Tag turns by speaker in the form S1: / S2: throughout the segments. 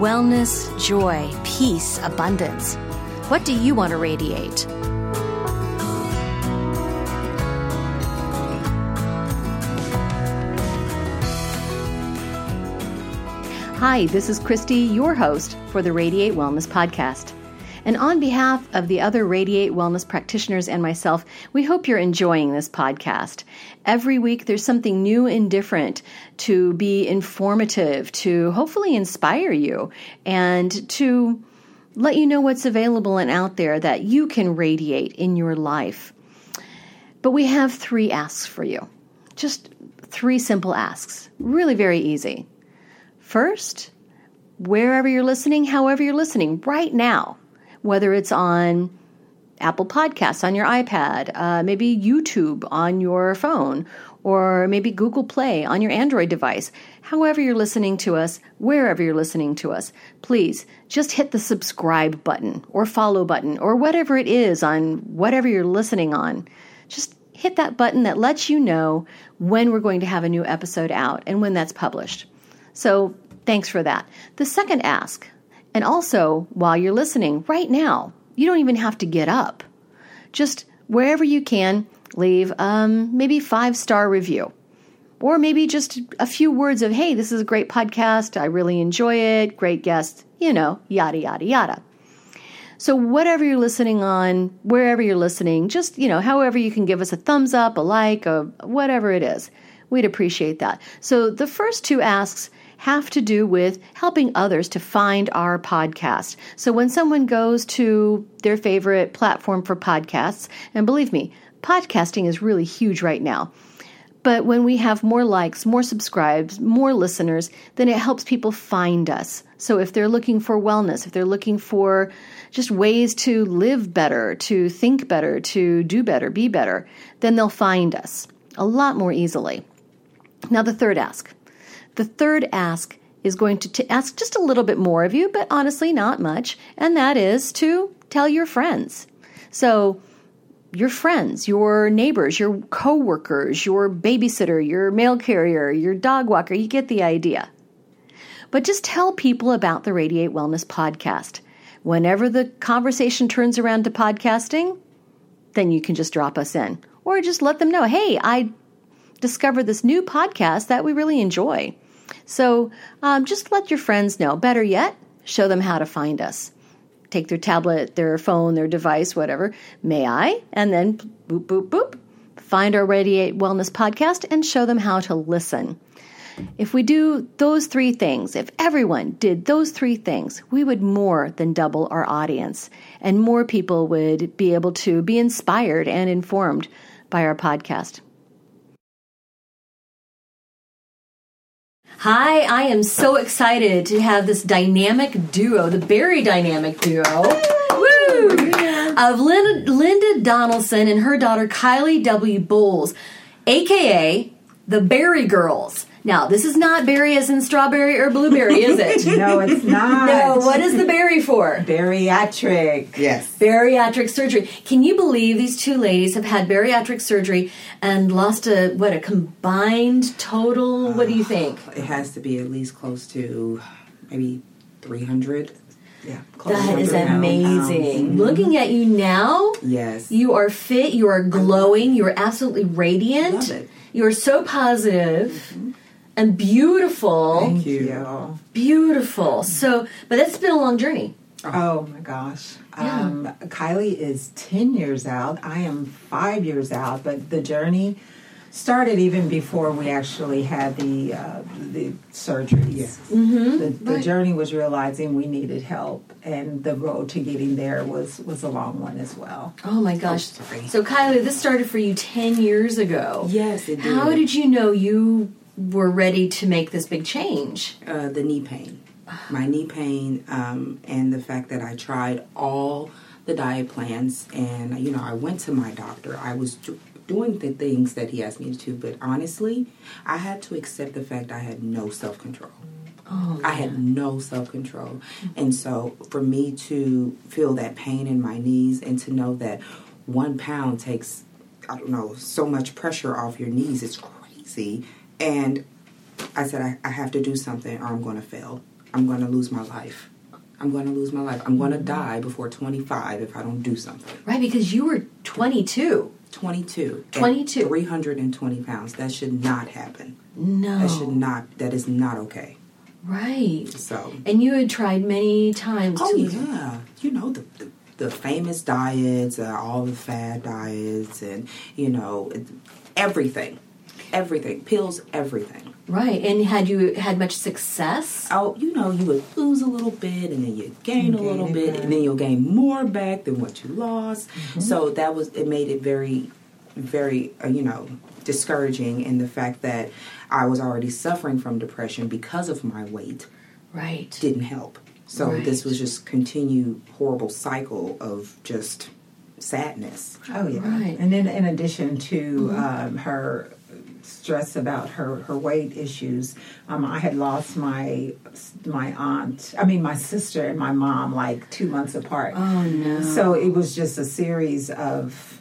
S1: Wellness, joy, peace, abundance. What do you want to radiate? Hi, this is Christy, your host for the Radiate Wellness Podcast. And on behalf of the other Radiate Wellness practitioners and myself, we hope you're enjoying this podcast. Every week, there's something new and different to be informative, to hopefully inspire you, and to let you know what's available and out there that you can radiate in your life. But we have three asks for you just three simple asks, really very easy. First, wherever you're listening, however you're listening, right now, whether it's on Apple Podcasts on your iPad, uh, maybe YouTube on your phone, or maybe Google Play on your Android device. However, you're listening to us, wherever you're listening to us, please just hit the subscribe button or follow button or whatever it is on whatever you're listening on. Just hit that button that lets you know when we're going to have a new episode out and when that's published. So thanks for that. The second ask, and also while you're listening right now, you don't even have to get up. Just wherever you can, leave um, maybe five star review. Or maybe just a few words of, hey, this is a great podcast. I really enjoy it. Great guest, you know, yada, yada, yada. So, whatever you're listening on, wherever you're listening, just, you know, however you can give us a thumbs up, a like, a whatever it is, we'd appreciate that. So, the first two asks have to do with helping others to find our podcast. So when someone goes to their favorite platform for podcasts, and believe me, podcasting is really huge right now. But when we have more likes, more subscribes, more listeners, then it helps people find us. So if they're looking for wellness, if they're looking for just ways to live better, to think better, to do better, be better, then they'll find us a lot more easily. Now, the third ask the third ask is going to t- ask just a little bit more of you, but honestly, not much, and that is to tell your friends. So, your friends, your neighbors, your coworkers, your babysitter, your mail carrier, your dog walker, you get the idea. But just tell people about the Radiate Wellness podcast. Whenever the conversation turns around to podcasting, then you can just drop us in or just let them know, "Hey, I discovered this new podcast that we really enjoy." So um, just let your friends know. Better yet, show them how to find us. Take their tablet, their phone, their device, whatever. May I? And then boop, boop, boop. Find our Radiate Wellness podcast and show them how to listen. If we do those three things, if everyone did those three things, we would more than double our audience and more people would be able to be inspired and informed by our podcast. Hi, I am so excited to have this dynamic duo, the very dynamic duo. Woo! Of Lin- Linda Donaldson and her daughter Kylie W. Bowles, aka the Berry Girls. Now, this is not berry as in strawberry or blueberry, is it?
S2: No, it's not.
S1: no, what is the berry for?
S2: Bariatric.
S3: Yes.
S1: Bariatric surgery. Can you believe these two ladies have had bariatric surgery and lost a what a combined total? What do
S2: Ah.
S1: you think?
S3: It has to be at least close to maybe 300. Yeah. Close to
S1: That is
S3: 300 pounds.
S1: amazing. Looking at you now,
S3: Um, Yes.
S1: you are fit, you are glowing, you are absolutely radiant.
S3: Love it. Mm-hmm.
S1: You are so positive and beautiful.
S3: Thank you.
S1: Beautiful. So, but that's been a long journey.
S4: Oh my gosh. Um, Kylie is 10 years out. I am five years out, but the journey started even before we actually had the uh, the surgeries. The, the journey was realizing we needed help, and the road to getting there was, was a long one as well.
S1: Oh my gosh. So Kylie, this started for you 10 years ago.
S3: Yes, it
S1: How
S3: did.
S1: did you know you were ready to make this big change?
S3: uh, the knee pain, my knee pain, um, and the fact that I tried all the diet plans, and you know, I went to my doctor. I was do- doing the things that he asked me to, but honestly, I had to accept the fact I had no self control. I had no self control. And so for me to feel that pain in my knees and to know that one pound takes, I don't know, so much pressure off your knees is crazy. And I said, I, I have to do something or I'm going to fail. I'm going to lose my life. I'm going to lose my life. I'm going to die before 25 if I don't do something.
S1: Right, because you were 22.
S3: 22. at
S1: 22.
S3: 320 pounds. That should not happen.
S1: No.
S3: That should not, that is not okay.
S1: Right.
S3: So.
S1: And you had tried many times
S3: Oh
S1: to
S3: yeah, you know the the, the famous diets, uh, all the fad diets, and you know it- everything, everything, pills, everything.
S1: Right. And had you had much success?
S3: Oh, you know you would lose a little bit, and then you gain a little
S4: it
S3: bit,
S4: back.
S3: and then you'll gain more back than what you lost. So that was it. Made it very, very uh, you know discouraging in the fact that I was already suffering from depression because of my weight.
S1: Right.
S3: didn't help. So
S1: Right.
S3: this was just continued horrible cycle of just sadness.
S4: Oh yeah,
S1: Right.
S4: and then in addition to
S3: Mm-hmm.
S4: um, her stress about her her weight issues, um, I had lost my my aunt. I mean, my sister and my mom like two months apart. Oh no! So it was just a series of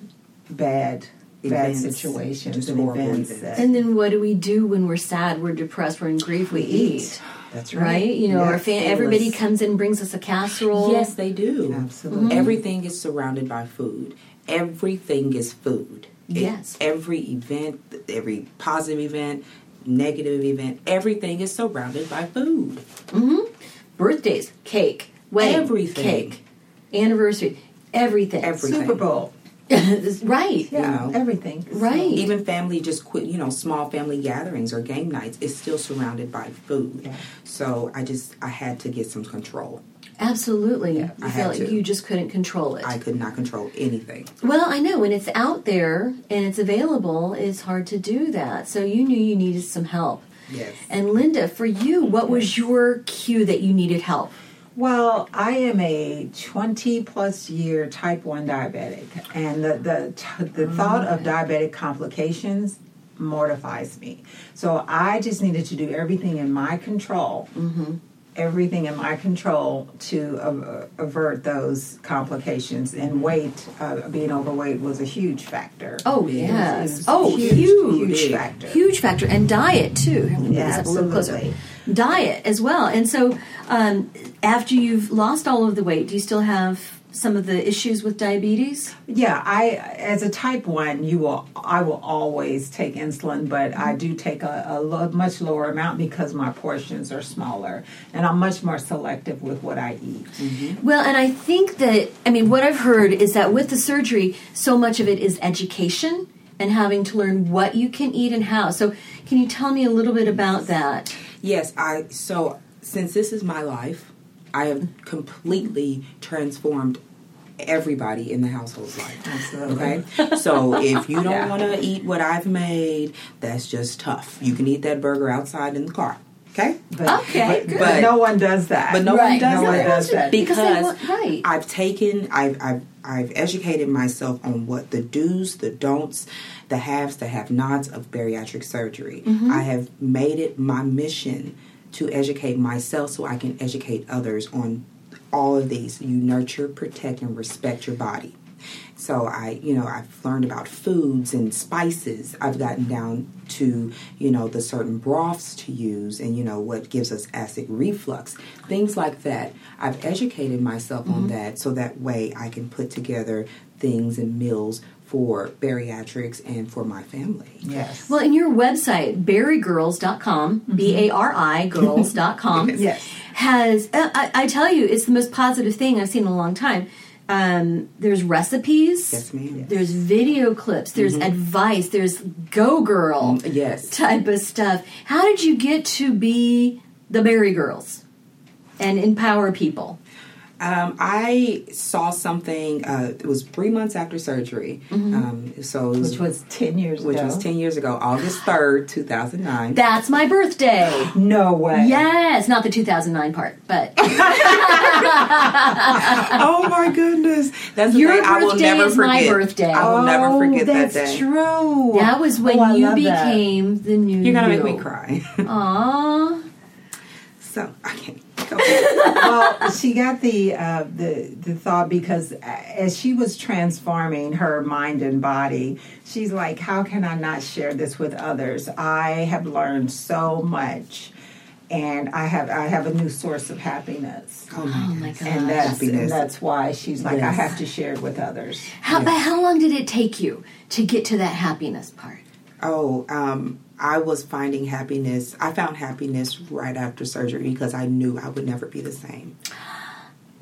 S4: bad
S3: Events.
S4: bad situations
S3: Just
S4: and
S3: horrible
S4: events.
S3: events.
S4: that-
S1: and then what do we do when we're sad, we're depressed, we're in grief? We eat.
S4: That's
S1: Right? You know, our
S4: Yes,
S1: fan,
S4: it
S1: everybody
S4: was-
S1: comes in, brings us a casserole.
S3: Yes, they do.
S4: Absolutely.
S3: Everything is surrounded by food. Everything is food. It-
S1: Yes.
S3: every event, every positive event, negative event, everything is surrounded by food.
S1: Birthdays, cake, wedding,
S3: Everything.
S1: cake, anniversary, everything.
S3: Everything.
S4: Super Bowl.
S1: right.
S4: Yeah,
S3: know.
S4: everything.
S1: Right.
S3: Even family, just quit, you know, small family gatherings or game nights is still surrounded by food.
S4: Yeah.
S3: So I just, I had to get some control.
S1: Absolutely.
S3: Yeah,
S1: you feel
S3: I had
S1: like
S3: to.
S1: you just couldn't control it.
S3: I could not control anything.
S1: well, I know when it's out there and it's available, it's hard to do that. So you knew you needed some help.
S3: Yes.
S1: And Linda, for you, what was your cue that you needed help?
S4: Well, I am a 20 plus year type 1 diabetic, and the, the, t- the thought
S1: Mm.
S4: of diabetic complications mortifies me. So I just needed to do everything in my control.
S1: Mm-hmm.
S4: Everything in my control to a- avert those complications,
S1: Mm-hmm.
S4: and weight, uh, being overweight, was a huge factor.
S1: Oh,
S4: It was- it
S1: yes.
S4: was
S1: Oh,
S4: huge,
S1: huge.
S4: huge factor.
S1: Huge factor and diet too. Here, let me put
S4: Yeah,
S1: this up a little closer.
S4: absolutely.
S1: Diet as well. And so, um, after you've lost all of the weight, do you still have some of the issues with diabetes?
S4: Yeah, I as a type one, you will I will always take insulin, but I
S3: Mm-hmm.
S4: do take a, a lo- much lower amount because my portions are smaller, and I'm much more selective with what I eat.
S3: Mm-hmm.
S1: Well, and I think that, I mean, what I've heard is that with the surgery, so much of it is education and having to learn what you can eat and how. So, can you tell me a little bit about that?
S3: Yes, I so since this is my life, I have completely transformed everybody in the household's life. Okay? So if you don't want to eat what I've made, that's just tough. You can eat that burger outside in the car. Okay?
S4: But,
S1: Okay,
S4: but,
S1: good.
S4: but no one does that.
S3: But no one
S1: Right.
S3: does
S4: No one
S3: that.
S4: does that.
S1: Because they
S3: because
S1: want- right.
S3: I've taken I've, I've I've educated myself on what the do's, the don'ts, the haves, the have nots of bariatric surgery.
S1: Mm-hmm.
S3: I have made it my mission to educate myself so I can educate others on all of these. You nurture, protect, and respect your body. So I, you know, I've learned about foods and spices. I've gotten down to, you know, the certain broths to use and, you know, what gives us acid reflux, things like that. I've educated myself on that so that way I can put together things and meals for bariatrics and for my family.
S4: Yes.
S1: Well, in your website, barrygirls.com,
S3: Mm-hmm.
S1: B A R I girls.com,
S4: Yes.
S1: has, uh, I, I tell you, it's the most positive thing I've seen in a long time. Um, there's recipes,
S3: Yes, ma'am.
S1: there's video clips, there's advice, there's go girl
S3: Mm, Yes.
S1: type of stuff. How did you get to be the Berry Girls and empower people?
S3: Um, I saw something. Uh, it was three months after surgery. Um, so it was,
S4: which was 10 years
S3: which
S4: ago.
S3: was ten years ago, August third, two thousand nine.
S1: That's my birthday.
S4: No way.
S1: Yes, not the 2009 part, but
S3: oh my goodness! That's the
S1: Your
S3: day I will
S1: birthday
S3: never
S1: is my
S3: forget.
S1: birthday.
S3: I will never
S4: Oh,
S3: forget
S4: that's
S3: that day.
S4: true.
S1: that was when
S4: Oh, I
S1: you
S4: love that.
S1: became the new.
S3: You're gonna
S1: you.
S3: make me cry.
S1: Aw.
S3: so I can't. Go ahead.
S4: well, she got the uh, the the thought because as she was transforming her mind and body, she's like, "How can I not share this with others? I have learned so much, and I have I have a new source of happiness."
S3: Oh my
S1: Oh my
S3: goodness.
S1: god.
S4: And that's, and
S3: Happiness.
S4: that's why she's like,
S3: Yes.
S4: I have to share it with others.
S1: How but how long did it take you to get to that happiness part?
S3: Oh, um, I was finding happiness. I found happiness right after surgery because I knew I would never be the same.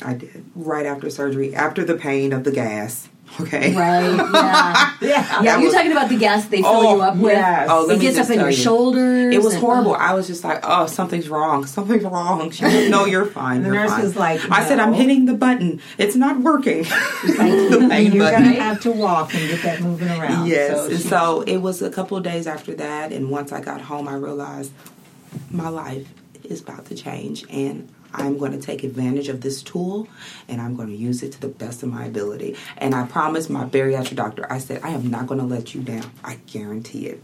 S3: I did. Right after surgery, after the pain of the gas. Okay.
S1: Right. Yeah.
S4: Yeah.
S1: yeah.
S3: That
S1: You're
S3: was-
S1: talking about the gas they fill
S3: Oh,
S1: you up with.
S4: yes.
S3: Oh, let
S1: it
S3: me
S1: gets up
S3: just
S1: in
S3: tell
S1: your
S3: you.
S1: shoulders.
S3: It was
S1: and-
S3: horrible. I was just like, oh, something's wrong. Something's wrong. She was, no, you're fine.
S4: The
S3: you're
S4: nurse
S3: fine."
S4: was like,
S3: I said, I'm
S4: "No."
S3: hitting the button. It's not working. the pain
S4: You're
S3: button.
S4: gonna have to walk and get that moving around.
S3: Yes.
S4: So
S3: and
S4: she-
S3: so it was a couple of days after that. And once I got home, I realized my life is about to change. And I'm going to take advantage of this tool and I'm going to use it to the best of my ability. And I promised my bariatric doctor, I said, I am not going to let you down. I guarantee it.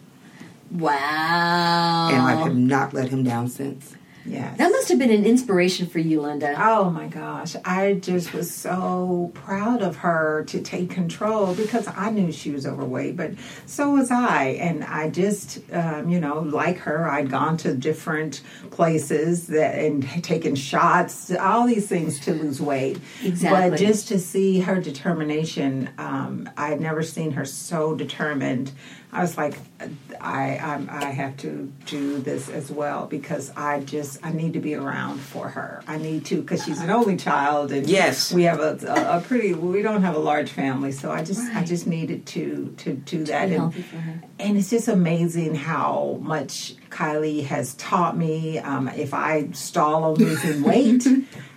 S1: Wow.
S3: And I have not let him down since.
S4: yes.
S1: that must have been an inspiration for you, Linda.
S3: Uh,
S4: Oh my gosh, I just was so proud of her to take control because I knew she was overweight, but so was I. And I just, um, you know, like her, I'd gone to different places that and taken shots, all these things to lose weight.
S1: Exactly.
S4: But just to see her determination, um, I had never seen her so determined. I was like, I, I'm, I have to do this as well because I just I need to be around for her. I need to because she's an only child and
S3: Yes.
S4: we have a, a, a pretty we don't have a large family, so I just I just needed to to do that
S1: be
S4: and
S1: healthy for her.
S4: and it's just amazing how much Kylie has taught me. Um, if I stall on losing weight,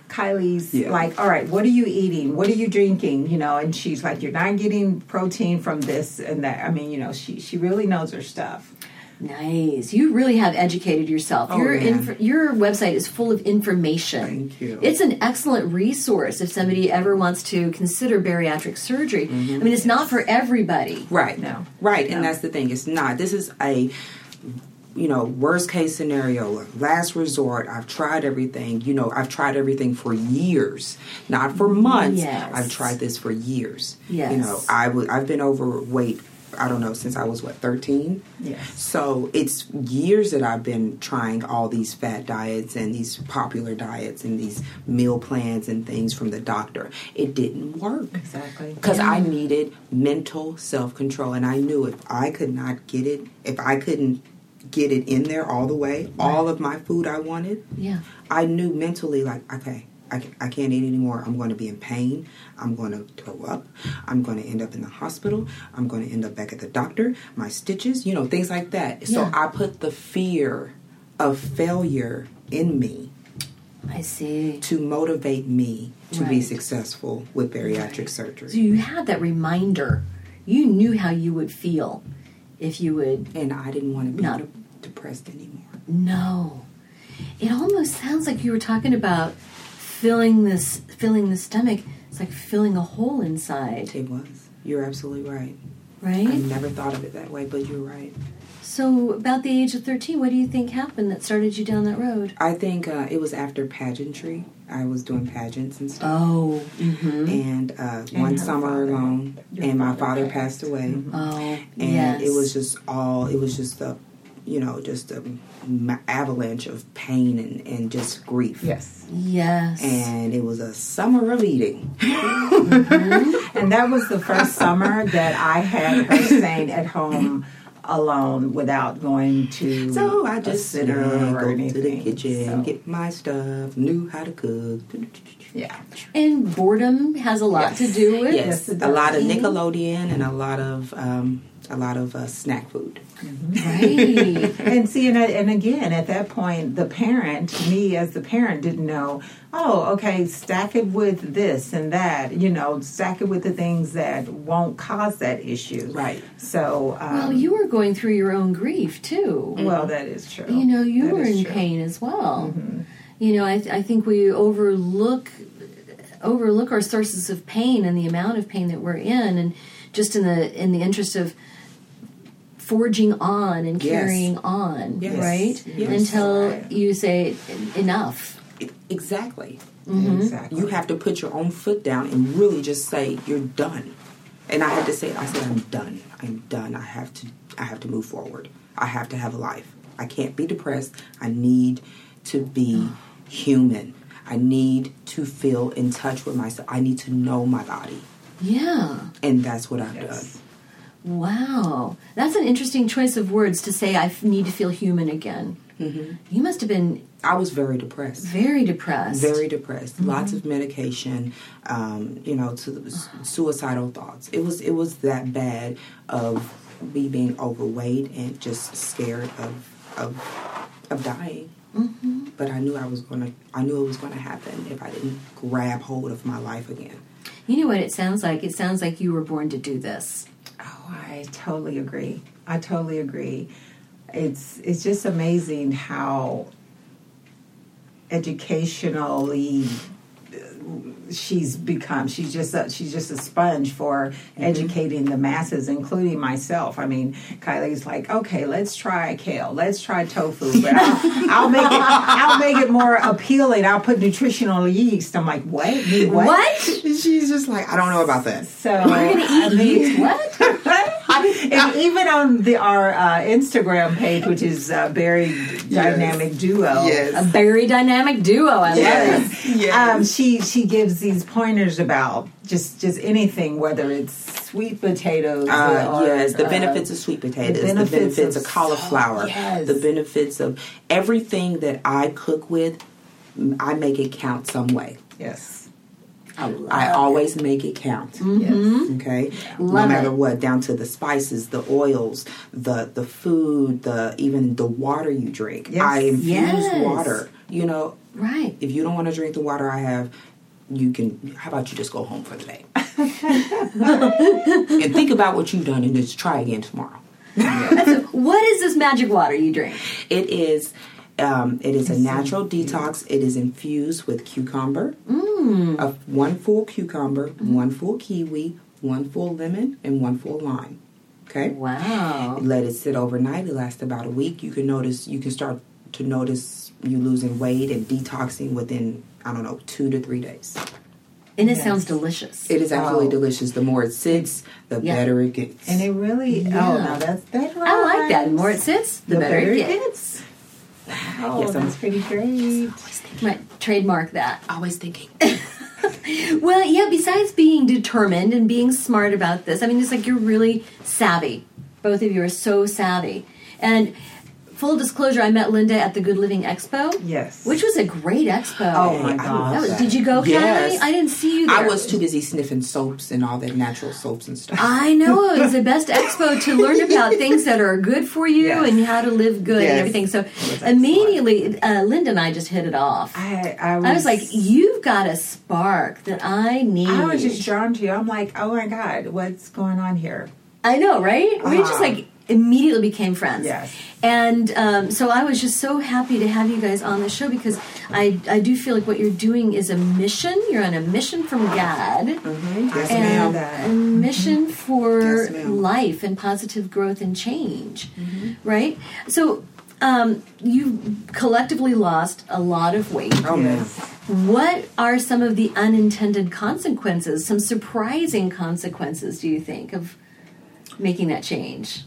S4: Kylie's
S3: Yeah.
S4: like, "All right, what are you eating? What are you drinking?" You know, and she's like, "You're not getting protein from this and that." I mean, you know, she she really knows her stuff.
S1: Nice. You really have educated yourself. your
S3: Oh, yeah.
S1: inf- your website is full of information.
S3: Thank you.
S1: It's an excellent resource if somebody ever wants to consider bariatric surgery.
S3: Mm-hmm.
S1: I mean, it's not for everybody.
S3: Right.
S4: No.
S3: Right. And that's the thing. It's not. This is a you know, worst case scenario, last resort. I've tried everything. You know, I've tried everything for years, not for months.
S1: Yes.
S3: I've tried this for years. You know,
S1: Yes.
S3: I w- I've been overweight. I don't know since I was what thirteen.
S4: Yes.
S3: So it's years that I've been trying all these fat diets and these popular diets and these meal plans and things from the doctor. It didn't work
S4: Exactly.
S3: because I needed mental self control, and I knew if I could not get it, if I couldn't get it in there all the way, all of my food I wanted,
S1: Yeah.
S3: I knew mentally like, okay, I, ca- I can't eat anymore. I'm going to be in pain. I'm going to throw up. I'm going to end up in the hospital. I'm going to end up back at the doctor. My stitches, you know, things like that. So
S1: Yeah.
S3: I put the fear of failure in me
S1: I see.
S3: to motivate me to be
S1: Right.
S3: successful with bariatric surgery.
S1: So you had that reminder. You knew how you would feel if you would
S3: and I didn't want to be
S1: No.
S3: de- depressed anymore.
S1: No. It almost sounds like you were talking about filling this filling the stomach. It's like filling a hole inside,
S3: It was. You're absolutely right. I
S1: right?
S3: never thought of it that way, but you're right.
S1: So about the age of 13, what do you think happened that started you down that road?
S3: I think uh, it was after pageantry. I was doing pageants and stuff,
S1: Oh, mhm.
S3: and uh, one summer alone, and my father passed away.
S1: Oh,
S3: and
S1: yes.
S3: it was just all it was just a you know just a ma- avalanche of pain and, and just grief
S4: Yes.
S1: yes.
S3: and it was a summer of eating
S4: And that was the first summer that I had her staying at home alone without going to
S3: so i
S4: Mm, a
S3: just sit
S4: sitter
S3: there
S4: or
S3: go to the
S4: anything.
S3: kitchen
S4: So,
S3: get my stuff knew how to cook
S4: yeah.
S1: And boredom has a lot to do with
S3: yes
S4: it
S3: a lot of
S1: does.
S3: nickelodeon and a lot of um, a lot of uh, snack food
S1: right.
S4: And see, and, I, and again, at that point, the parent, me as the parent, didn't know. Oh, okay, stack it with this and that. You know, stack it with the things that won't cause that issue.
S3: Right.
S4: So, um,
S1: well, you were going through your own grief too.
S4: well, that is true.
S1: you know, you
S4: That
S1: were
S4: is
S1: in
S4: true.
S1: pain as well.
S3: Mm-hmm.
S1: You know, I, I think we overlook overlook our sources of pain and the amount of pain that we're in, and just in the in the interest of forging on and
S3: Yes.
S1: carrying on,
S3: Yes.
S1: right?
S3: Yes.
S1: Until
S4: Right.
S1: you say "En- enough.
S3: E- exactly
S4: Mm-hmm. Exactly.
S3: Mm-hmm. you have to put your own foot down and really just say you're done and i had to say i said i'm done i'm done i have to i have to move forward i have to have a life i can't be depressed i need to be human i need to feel in touch with myself i need to know my body
S1: Yeah.
S3: and that's what i've
S4: Yes.
S1: Wow. That's an interesting choice of words to say I f- need to feel human again.
S3: Mm-hmm.
S1: You must have been
S3: done i was very Mm-hmm. depressed
S1: very depressed.
S3: very depressed lots of medication um, you know to the s- suicidal thoughts it was it was that bad of me being overweight and just scared of of of dying but i knew i was gonna i knew it was gonna happen if i didn't grab hold of my life again
S1: You know what it sounds like? It sounds like you were born to do this.
S4: Oh, I totally agree. I totally agree. It's it's just amazing how educationally uh, she's become. She's just a, she's just a sponge for educating the masses, including myself. I mean, Kylie's like, okay, let's try kale, let's try tofu, but I'll, I'll make it I'll make it more appealing. I'll put nutritional yeast. I'm like, what? Me What?
S1: What?
S3: she's just like i don't know about that
S4: So we're gonna eat I mean,
S1: What?
S4: and even on the our uh, Instagram page, which is uh, Barry Dynamic Duo,
S1: A very dynamic duo. I love it.
S3: yes yes
S4: um, she she gives these pointers about just just anything, whether it's sweet potatoes.
S1: Ah,
S3: Uh,
S4: or,
S3: yes, the
S4: uh,
S3: benefits of sweet potatoes, the benefits,
S4: benefits
S3: of,
S4: of
S3: cauliflower,
S4: salt, yes.
S3: the benefits of everything that I cook with, m- I make it count some way.
S4: yes.
S1: I love
S3: I always make it count.
S4: Mm-hmm.
S1: Mm-hmm.
S4: Yes.
S3: Okay, no
S1: Love
S3: matter
S1: it.
S3: what, down to the spices, the oils, the the food, the even the water you drink.
S4: Yes.
S3: I infuse
S1: Yes.
S3: water. You know,
S1: Right.
S3: if you don't want to drink the water I have, you can. How about you just go home for the day and think about what you've done, and just try again tomorrow.
S1: What is this magic water you drink?
S3: It is. Um, it is a natural detox. It is infused with cucumber, mm. of one full cucumber, one full kiwi, one full lemon, and one full lime. Okay.
S1: Wow.
S3: Let it sit overnight. It lasts about a week. You can notice. You can start to notice you losing weight and detoxing within I don't know two to three days.
S1: And it sounds delicious.
S3: It is absolutely
S4: Oh.
S3: delicious. The more it sits, the
S1: Yeah.
S3: better it gets.
S4: And it really. Oh, now that's that.
S1: I like that. The
S4: rhymes.
S1: more it sits, the, better, it gets.
S4: Oh,
S3: Yes, I'm-
S4: that's pretty great.
S1: Right. Trademark that.
S3: always thinking.
S1: Well, yeah, besides being determined and being smart about this, I mean, it's like you're really savvy. Both of you are so savvy. And full disclosure, I met Linda at the Good Living Expo.
S4: Yes.
S1: Which was a great expo.
S4: Oh my
S3: I
S4: gosh.
S1: That
S3: love
S1: was, did you go, Kelly?
S3: Yes.
S1: I didn't see you there.
S3: I was too busy sniffing soaps and all that natural soaps and stuff.
S1: I know it was the best expo to learn about things that are good for you
S4: Yes.
S1: and how to live good and
S3: Yes.
S1: everything. So immediately, uh, Linda and I just hit it off. I,
S4: I, I, was,
S1: was like, "You've got a spark that I need."
S4: I was just drawn to you. I'm like, oh my god, what's going on here?
S1: I know, right? We just like immediately became friends.
S4: Uh-huh. Yes.
S1: And um, so I was just so happy to have you guys on the show because I, I do feel like what you're doing is a mission. You're on a mission from God.
S4: Mm-hmm.
S3: Yes,
S1: and
S3: ma'am.
S1: a
S4: that.
S1: mission for
S3: Yes, ma'am. Mm-hmm.
S1: life and positive growth and change, right? So, um, you've collectively lost a lot of weight.
S3: Oh man.
S1: What are some of the unintended consequences, some surprising consequences, do you think, of making that change?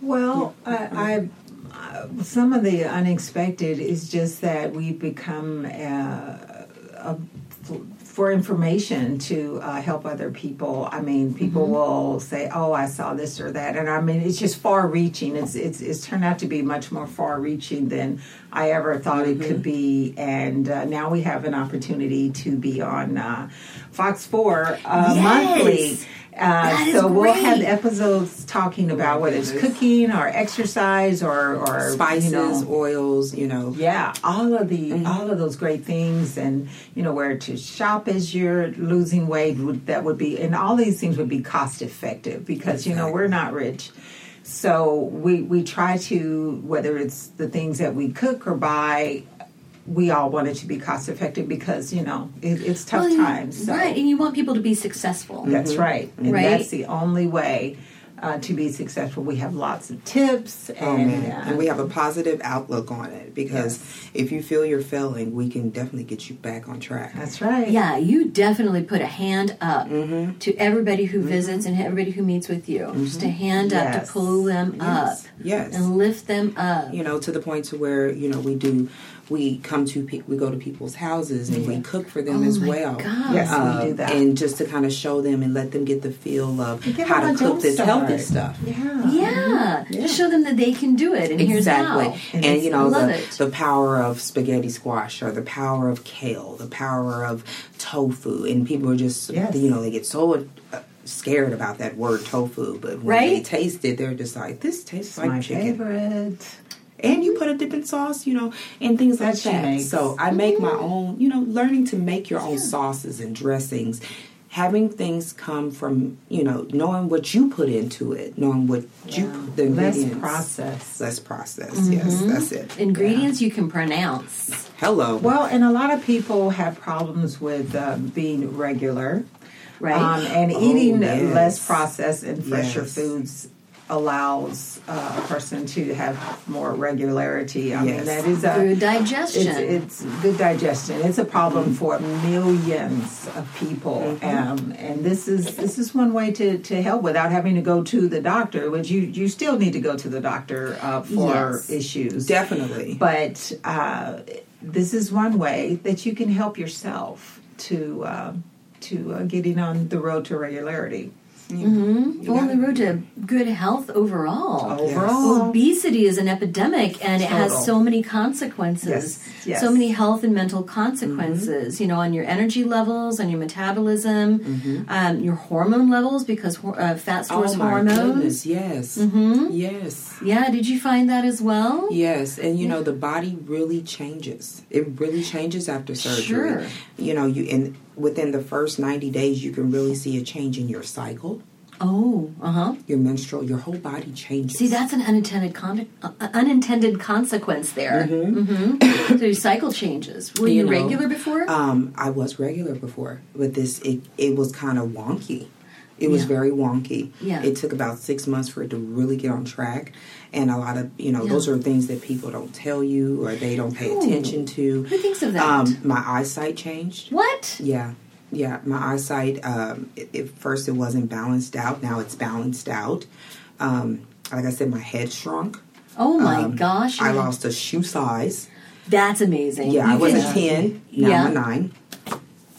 S4: Well, I, I, I some of the unexpected is just that we become uh, a, for information to uh, help other people. I mean, people
S1: Mm-hmm.
S4: will say, "Oh, I saw this or that," and I mean, it's just far-reaching. It's it's it's turned out to be much more far-reaching than I ever thought it
S1: Mm-hmm.
S4: could be, and uh, now we have an opportunity to be on uh, Fox Four uh,
S1: Yes!
S4: monthly. Uh,
S1: That is
S4: so we'll have
S1: great.
S4: episodes talking about whether it's cooking or exercise or or you
S3: Spices,
S4: know,
S3: oils, you know.
S4: yeah all of the
S1: Mm-hmm.
S4: all of those great things and you know where to shop as you're losing weight would- that would be and all these things would be cost effective because you know we're not rich so we we try to whether it's the things that we cook or buy we all want it to be cost effective because you know it, it's tough
S1: Well, you-
S4: times so.
S1: Right, and you want people to be successful.
S4: That's
S3: Mm-hmm.
S4: right. And
S1: Right?
S4: that's the only way uh, to be successful. We have lots of tips
S3: Oh,
S4: and,
S3: man.
S4: uh,
S3: and we have a positive outlook on it because if you feel you're failing, we can definitely get you back on track.
S4: that's right.
S1: Yeah, you definitely put a hand up
S3: Mm-hmm.
S1: to everybody who visits and everybody who meets with you. Just a hand up
S4: Yes.
S1: to pull them
S3: Yes.
S1: up
S3: Yes.
S1: and lift them up.
S3: you know, to the point to where you know we do, we come to pe- we go to people's houses and we cook for them as
S1: my
S3: well.
S1: gosh.
S4: Yes, Oh we
S3: Uh,
S4: do that.
S3: and just to kind of show them and let them get the feel of
S4: Give
S3: how
S4: them
S3: to
S4: a
S3: cook this
S4: jumpstart.
S3: healthy stuff.
S4: Yeah.
S1: Yeah. Just show them that they can do it and here's
S3: Mm-hmm. Exactly,
S1: how.
S3: and, you know
S1: Love
S3: the,
S1: it.
S3: the power of spaghetti squash, or the power of kale, the power of tofu, and people are just
S4: Yes.
S3: you know they get so uh, scared about that word tofu, but when they
S1: Right?
S3: taste it, they're just like, this tastes like
S4: my
S3: chicken.
S4: favorite.
S3: and you put a dipping sauce, you know, and things like
S4: That she
S3: that.
S4: makes. Mm-hmm.
S3: So I make my own, you know, learning to make your own sauces and dressings, having things come from, you know, knowing what you put into it, knowing what you put the
S4: Less
S3: ingredients.
S4: process. Mm-hmm.
S3: Less process. Yes, that's it.
S1: Ingredients you can pronounce.
S3: Hello.
S4: Well, and a lot of people have problems with uh, being regular,
S1: Right.
S4: Um, and
S3: Oh,
S4: eating
S3: yes.
S4: less processed and fresher
S3: Yes.
S4: foods allows uh, a person to have more regularity. I mean,
S3: Yes.
S4: that is a
S1: Through digestion. Mm-hmm.
S4: It's, it's good digestion. It's a problem for millions of people, um, and this is this is one way to, to help without having to go to the doctor. Which you you still need to go to the doctor uh, for
S1: Yes.
S4: issues,
S3: Definitely.
S4: But uh, this is one way that you can help yourself to uh, to uh, getting on the road to regularity.
S1: Well, on the road to good health overall.
S4: Overall,
S1: Obesity is an epidemic and it has
S4: Total.
S1: so many consequences.
S4: Yes, yes.
S1: So many health and mental consequences,
S3: Mm-hmm.
S1: you know, on your energy levels, on your metabolism, um, your hormone levels, because hor- uh, fat stores
S3: oh my
S1: hormones.
S3: goodness. Yes. Mm-hmm. Yes.
S1: Yeah, did you find that as well?
S3: Yes, and you know the body really changes. It really changes after surgery.
S1: Sure.
S3: You know, you and within the first 90 days you can really see a change in your cycle,
S1: Oh, uh huh.
S3: your menstrual, your whole body changes.
S1: See, that's an unintended con- uh, unintended consequence there. Mm-hmm. so your cycle changes. Were you,
S3: know,
S1: regular before?
S3: Um, I was regular before, but this it, it was kind of wonky. It was
S1: Yeah.
S3: very wonky.
S1: Yeah.
S3: It took about six months for it to really get on track, and a lot of you know
S1: Yeah.
S3: those are things that people don't tell you or they don't pay attention to.
S1: Who thinks of that?
S3: Um, my eyesight changed.
S1: what?
S3: Yeah, yeah. My eyesight. Um, it, at first, it wasn't balanced out. Now it's balanced out. Um, like I said, my head shrunk.
S1: Oh my
S3: Um,
S1: gosh!
S3: I lost a shoe size.
S1: That's amazing.
S3: Yeah, I
S1: You
S3: was
S1: can-
S3: a ten. Now
S1: Yeah.
S3: I'm a nine.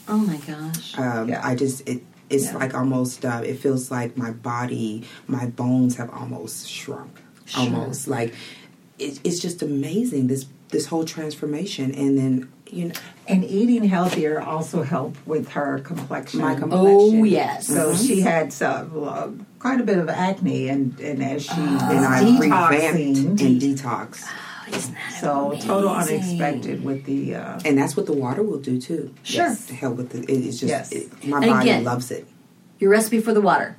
S1: Oh my gosh!
S3: Um,
S4: Yeah.
S3: I just it. It's
S4: Yeah.
S3: like almost. Uh, it feels like my body, my bones have almost shrunk. Almost like it, it's just amazing. This this whole transformation, and then you know
S4: and eating healthier also helped with her complexion.
S3: my complexion. Mm-hmm.
S1: oh yes.
S4: So she had some, uh, quite a bit of acne, and, and as she
S3: and I
S4: was
S3: revamped
S4: detoxing,
S3: and detoxed.
S4: so total unexpected with the. Uh,
S3: and that's what the water will do too.
S1: Sure.
S3: Yes. To help with the, it- it's just
S4: Yes.
S3: it- my
S1: And
S3: body
S1: again-
S3: loves it.
S1: Your recipe for the water.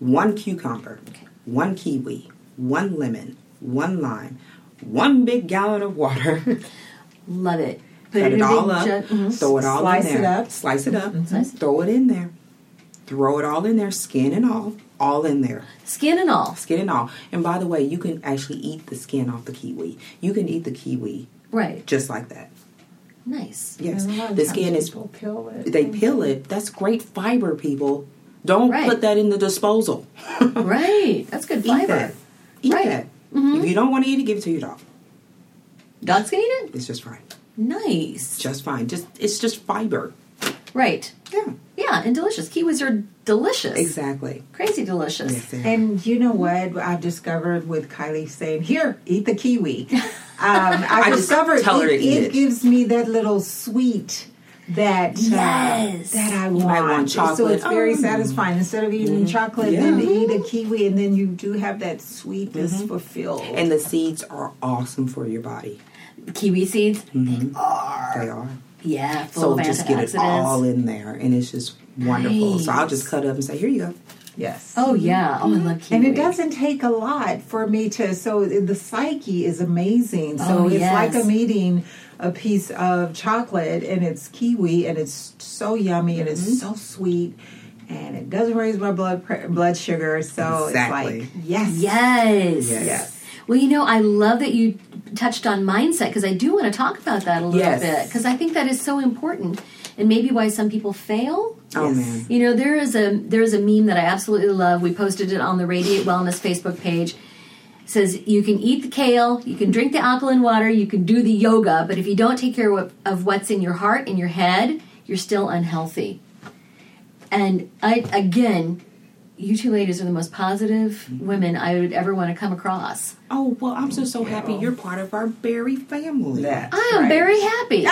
S3: One cucumber, one kiwi, one lemon, one lime, one big gallon of water.
S1: Love it. Put
S3: Cut
S1: in
S3: it
S1: a
S3: all
S1: big
S3: up.
S1: jug- mhm.
S3: Throw it all
S4: mm-hmm. Slice
S3: in
S4: it
S3: there.
S4: up.
S3: Slice it up.
S1: Slice it.
S3: Throw it in there. Throw it all in there, skin and all. all in there.
S1: Skin and all.
S3: Skin and all. And by the way, you can actually eat the skin off the kiwi. You can eat the kiwi
S1: Right.
S3: just like that.
S1: Nice.
S3: Yes.
S4: And a lot of
S3: The
S4: times
S3: skin is
S4: people peel it.
S3: they peel it. That's great fiber, people. Don't
S1: Right.
S3: put that in the disposal.
S1: Right. That's good
S3: Eat
S1: fiber.
S3: that. Eat
S1: Right.
S3: that.
S4: Mm-hmm.
S3: If you don't want to eat it, give it to your dog.
S1: Dogs can eat it?
S3: It's just fine.
S1: Nice.
S3: Just fine. Just it's just fiber.
S1: Right.
S3: Yeah.
S1: Yeah, and delicious. Kiwis are delicious.
S3: Exactly.
S1: Crazy delicious.
S3: Yes, they are.
S4: And you know what I've discovered with Kylie saying, "Here, eat the kiwi." Um, I,
S3: I just
S4: discovered
S3: tell her
S4: it,
S3: to eat it.
S4: gives me that little sweet that uh,
S1: Yes.
S4: that I want.
S3: might want
S4: So
S3: chocolate.
S4: it's very
S3: Oh. Mm-hmm.
S4: satisfying. Instead of eating chocolate, then
S3: Yeah. Mm-hmm.
S4: to eat a kiwi, and then you do have that sweetness fulfilled.
S3: And the seeds are awesome for your body.
S1: Kiwi seeds?
S3: They are.
S1: Yeah, full
S3: Mm-hmm. So
S1: of
S3: just
S1: antioxidants.
S3: get it all in there, and it's just wonderful. So I'll just cut up and say, "Here you go."
S4: yes.
S1: oh, yeah. Oh, I
S3: Mm-hmm.
S1: love kiwi.
S4: And it doesn't take a lot for me to. So the psyche is amazing. So
S1: Oh,
S4: it's like
S1: yes.
S4: I'm eating a piece of chocolate and it's kiwi and it's so yummy and it's so sweet and it doesn't raise my blood pre- blood sugar. So
S3: Exactly.
S4: it's like yes,
S1: Yes.
S3: Yes.
S1: Well, you know, I love that you touched on mindset because I do want to talk about that a little
S3: Yes.
S1: bit because I think that is so important and maybe why some people fail.
S3: Oh
S4: Yes.
S3: man,
S1: You know, there is a there is a meme that I absolutely love. We posted it on the Radiate Wellness Facebook page. It says you can eat the kale, you can drink the alkaline water, you can do the yoga, but if you don't take care of- of what's in your heart and your head, you're still unhealthy. And I again, you two ladies are the most positive women I would ever want to come across.
S3: Oh well, I'm just so happy you're part of our berry family.
S4: That's
S1: I am
S4: right.
S1: very happy.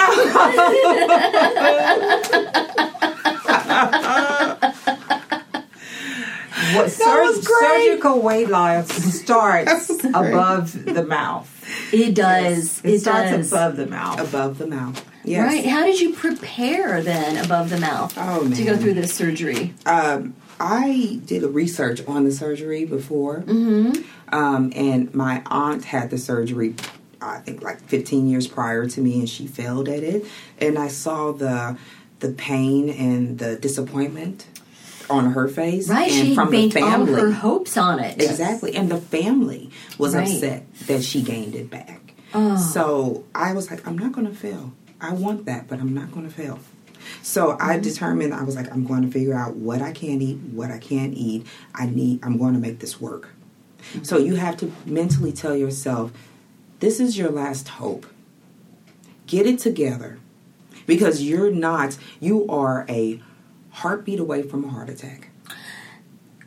S4: What,
S3: was
S4: surg-
S3: great.
S4: Surgical weight loss starts above the mouth.
S1: It does.
S4: It, starts
S1: does.
S4: above the mouth.
S3: above the mouth. Yes.
S1: Right. How did you prepare then above the mouth
S3: Oh,
S1: to go
S3: man.
S1: through this surgery?
S3: um, I did a research on the surgery before,
S1: Mm-hmm.
S3: um, and my aunt had the surgery. I think like 15 years prior to me, and she failed at it. And I saw the the pain and the disappointment on her face,
S1: Right,
S3: And
S1: she
S3: from the
S1: banked all
S3: family,
S1: her hopes on it.
S3: Exactly. And the family was
S1: Right.
S3: upset that she gained it back. So I was like, I'm not going to fail. I want that, but I'm not going to fail. So I determined I was like, I'm going to figure out what I can eat, what I can't eat. I need, I'm going to make this work. So you have to mentally tell yourself, this is your last hope. Get it together because you're not, you are a heartbeat away from a heart attack.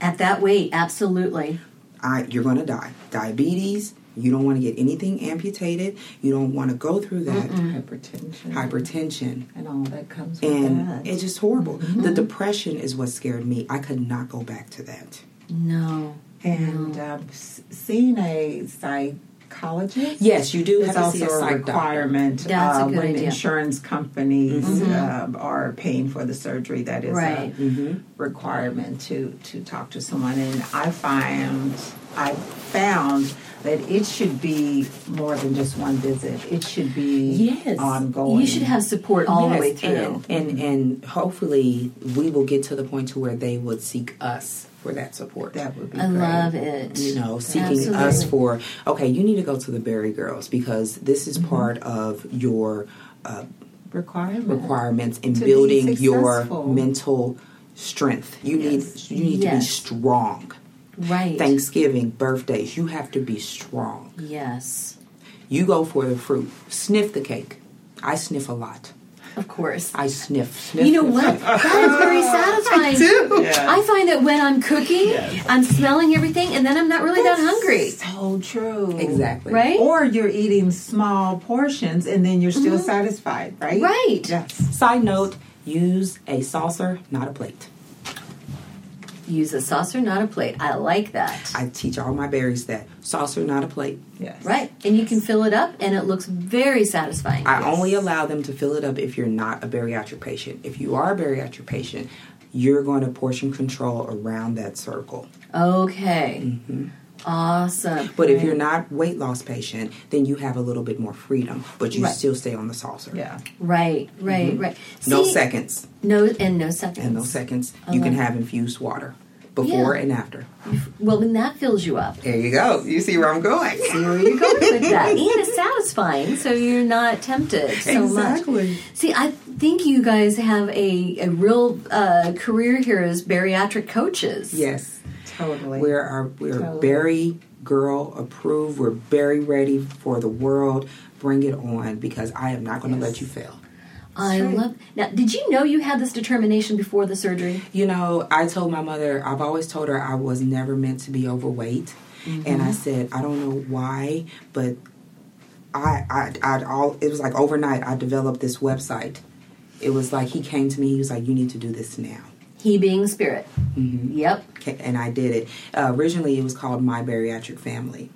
S1: At that weight, absolutely.
S3: I, you're going to die. Diabetes, you don't want to get anything amputated. You don't want to go through that.
S4: Hypertension
S3: Hypertension.
S4: and all that comes with that.
S3: And it's just horrible. The depression is what scared me. I could not go back to that.
S1: No.
S4: and um, s- seeing a psychologist.
S3: Yes, you do
S4: Is
S3: have to see
S4: also
S3: a
S4: a
S3: psych doctor.
S4: requirement
S1: That's a
S4: uh,
S1: good
S4: when
S1: idea.
S4: insurance companies um, are paying for the surgery. That is
S1: Right.
S4: a requirement to to talk to someone. And I find I found that it should be more than just one visit. It should be
S3: Yes.
S4: ongoing.
S1: You should have support all the
S3: Yes,
S1: way through.
S3: And, and and hopefully we will get to the point to where they would seek us for that support.
S4: that would be
S1: I
S4: great.
S1: love it.
S3: you know, seeking
S1: Absolutely.
S3: us for okay, you need to go to the Berry Girls because this is part of your uh,
S4: requirement.
S3: requirements in
S4: To be
S3: building your
S4: successful.
S3: mental strength. You
S4: Yes.
S3: need you need to be
S1: Yes.
S3: strong.
S1: right.
S3: Thanksgiving, birthdays, you have to be strong.
S1: Yes.
S3: You go for the fruit. Sniff the cake. I sniff a lot.
S1: Of course.
S3: I sniff. sniff
S1: You know
S3: sniff.
S1: what? That is very satisfying. I, do. I find that when I'm cooking, I'm smelling everything, and then I'm not really that hungry.
S4: So true.
S3: Exactly.
S1: Right?
S4: Or you're eating small portions and then you're still satisfied, right?
S1: Right.
S4: Yes.
S3: Side note: use a saucer, not a plate.
S1: Use a saucer, not a plate. I like that.
S3: I teach all my berries that saucer, not a plate.
S4: Yes.
S1: right. And you can fill it up, and it looks very satisfying.
S3: I only allow them to fill it up if you're not a bariatric patient. If you are a bariatric patient, you're going to portion control around that circle.
S1: okay. Awesome.
S3: Mm-hmm. But if you're not weight loss patient, then you have a little bit more freedom, but you still stay on the saucer.
S4: Yeah.
S1: Right, right, right.
S3: Mm-hmm. No
S1: See-
S3: seconds.
S1: No, and no seconds.
S3: And no seconds. You can have infused water. before
S1: Yeah.
S3: and after.
S1: Well, then that fills you up.
S3: There you go. You see where I'm going.
S1: See where you're going with that. And it's satisfying, so you're not tempted so
S3: Exactly.
S1: much. See, I think you guys have a, a real uh, career here as bariatric coaches.
S3: Yes.
S4: Totally.
S3: We're our, we're
S4: Totally.
S3: Barry girl approved. We're Barry ready for the world. Bring it on because I am not going to let you fail.
S1: I love. Now, did you know you had this determination before the surgery?
S3: You know, I told my mother, I've always told her I was never meant to be overweight. And I said, I don't know why, but I, I, I'd all, it was like overnight, I developed this website. It was like he came to me, he was like, You need to do this now.
S1: He being spirit.
S3: Mm-hmm.
S1: Yep.
S3: Ca- And I did it. Uh, originally, it was called My Bariatric Family.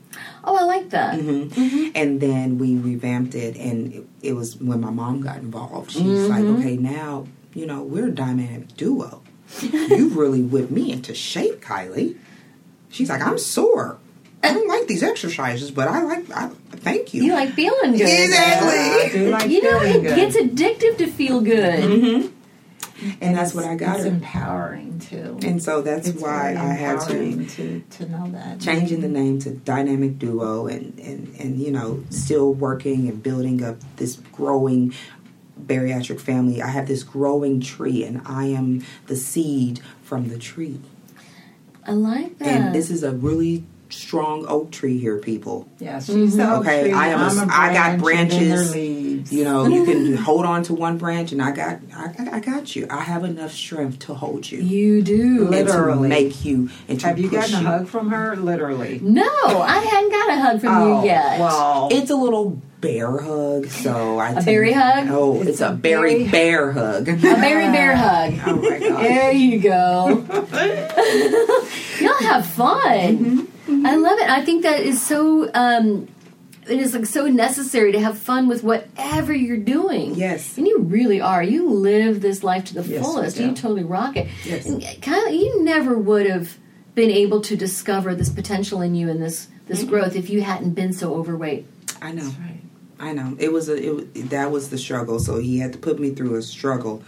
S1: Oh, I like that.
S3: Mm-hmm. And then we revamped it, and it, it was when my mom got involved. She's like,
S4: Mm-hmm.
S3: okay, now, you know, we're a dynamic duo. you really whipped me into shape, Kylie. She's like, I'm sore. I don't like these exercises, but I like, I, thank you.
S1: You like feeling good.
S4: I
S3: exactly.
S4: do like
S1: You know,
S4: feeling
S1: it
S4: good. Mm-hmm.
S1: gets addictive to feel good.
S3: And that's what I got
S5: It's
S3: her.
S5: empowering too.
S3: And so that's
S4: It's
S3: why
S4: very
S3: I had to
S4: empowering.
S5: to to know that.
S3: changing the name to dynamic duo and, and, and you know still working and building up this growing bariatric family i have this growing tree and i am the seed from the tree
S1: I like that.
S3: and this is a really strong oak tree here people
S5: Yeah, she's
S4: So
S3: okay
S4: true.
S3: i am a, s-
S4: I'm a
S3: i got
S4: branch and then
S3: branches
S4: they're leaves.
S3: you know you can hold on to one branch and i got I, I- I got you i have enough strength to hold you
S1: you do.
S3: and to
S4: literally.
S3: make you and to
S4: Have you
S3: push
S4: gotten a hug from her? Literally. Oh,
S1: No, I hadn't got a hug from you yet.
S4: well.
S3: It's a little bear hug, so I
S1: A berry hug?
S3: No, it's, a berry bear hug.
S1: a berry bear hug.
S3: oh my god!
S1: There you go. Y'all have fun.
S3: Mm-hmm.
S1: I love it. I think that is so. Um, it is like so necessary to have fun with whatever you're doing.
S3: Yes.
S1: and you really are. You live this life to the
S3: Yes,
S1: fullest.
S3: we do.
S1: You totally rock it.
S3: Yes.
S1: And uh, Kyle, you never would have been able to discover this potential in you and this this
S3: Mm-hmm.
S1: growth if you hadn't been so overweight.
S3: I know, I know. It was a it, wa- that was the struggle. So he had to put me through a struggle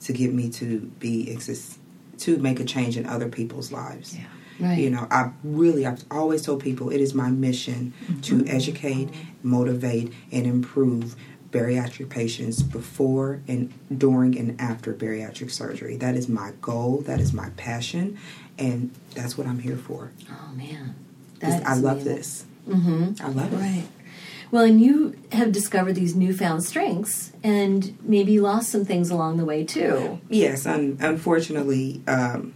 S3: to get me to be exist to make a change in other people's lives. Yeah.
S1: Right.
S3: You know, I really, I've always told people it is my mission
S1: Mm-hmm.
S3: to educate, motivate, and improve bariatric patients before and during and after bariatric surgery. That is my goal, that is my passion, and that's what I'm here for.
S1: Oh man,
S3: Is- I
S1: is
S3: love
S1: amazing.
S3: this. Mm-hmm. I love it.
S1: Right. Well, and you have discovered these newfound strengths and maybe lost some things along the way too.
S3: Yes, un- unfortunately, um,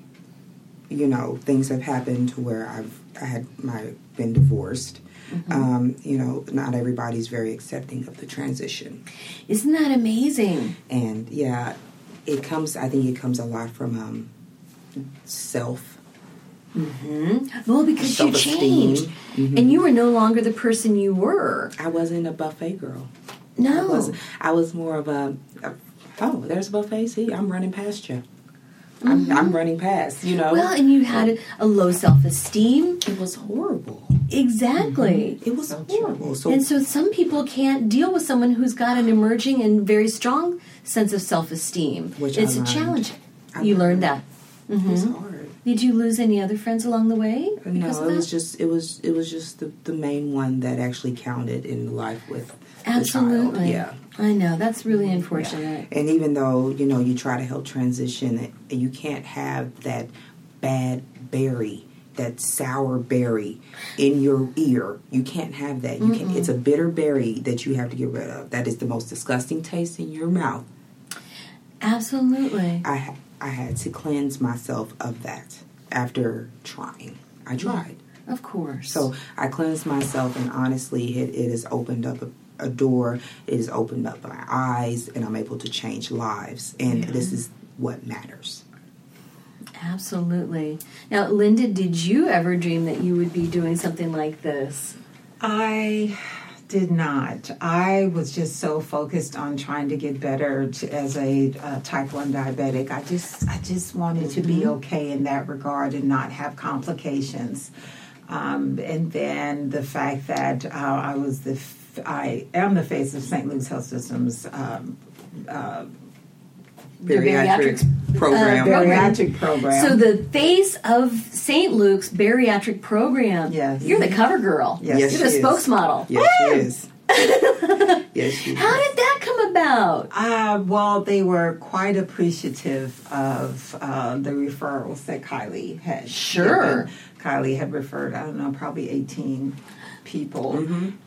S3: you know, things have happened to where I've I had my been divorced.
S1: Mm-hmm.
S3: Um, you know, not everybody's very accepting of the transition.
S1: Isn't that amazing?
S3: and yeah it comes i think it comes a lot from um self
S1: Well, because you
S3: Self-esteem. Mm-hmm.
S1: changed and you were no longer the person you were.
S3: i wasn't a buffet girl i
S1: No.
S3: was i was more of a, a oh there's a buffet see i'm running past you I'm, I'm running past you
S1: Mm-hmm.
S3: know
S1: Well, and you had a low self esteem.
S3: it was horrible Mm-hmm.
S1: Exactly.
S3: it was horrible so
S1: And so some people can't deal with someone who's got an emerging and very strong sense of self esteem.
S3: Which I
S1: It's a
S3: learned.
S1: challenge.
S3: I
S1: You learned
S3: learned.
S1: that.
S3: it was
S1: Mm-hmm.
S3: hard
S1: Did you lose any other friends along the way?
S3: no
S1: because of
S3: it
S1: that?
S3: was just it was it was just the, the main one that actually counted in life with the child
S1: Absolutely.
S3: yeah
S1: I know. That's really unfortunate.
S3: And even though you know you try to help transition, you can't have that bad berry, that sour berry in your ear. You can't have that. You can It's a bitter berry that you have to get rid of. That is the most disgusting taste in your mouth.
S1: Absolutely.
S3: I ha- I had to cleanse myself of that after trying. I tried.
S1: Of course.
S3: So I cleansed myself, and honestly, it, it has opened up a, a door. It has opened up my eyes, and I'm able to change lives. And this is what matters.
S1: Absolutely. Now, Linda, did you ever dream that you would be doing something like this?
S4: I did not. I was just so focused on trying to get better to, as a uh, type one diabetic. I just I just wanted to be okay in that regard and not have complications. Um, and then the fact that uh, I was the uh, f- I am the face of St. Louis Health System's um,
S3: bariatric program.
S1: uh,
S4: Bariatric program.
S1: So the face of St. Luke's bariatric program.
S4: Yes.
S1: You're the cover girl.
S4: Yes,
S1: You're the
S3: she is.
S1: spokesmodel.
S3: yes, she is. yes, she
S1: How
S3: is.
S1: did that come about?
S4: Uh, well, they were quite appreciative of uh, the referrals that Kylie had.
S1: Sure.
S4: given. Kylie had referred, I don't know, probably 18 people.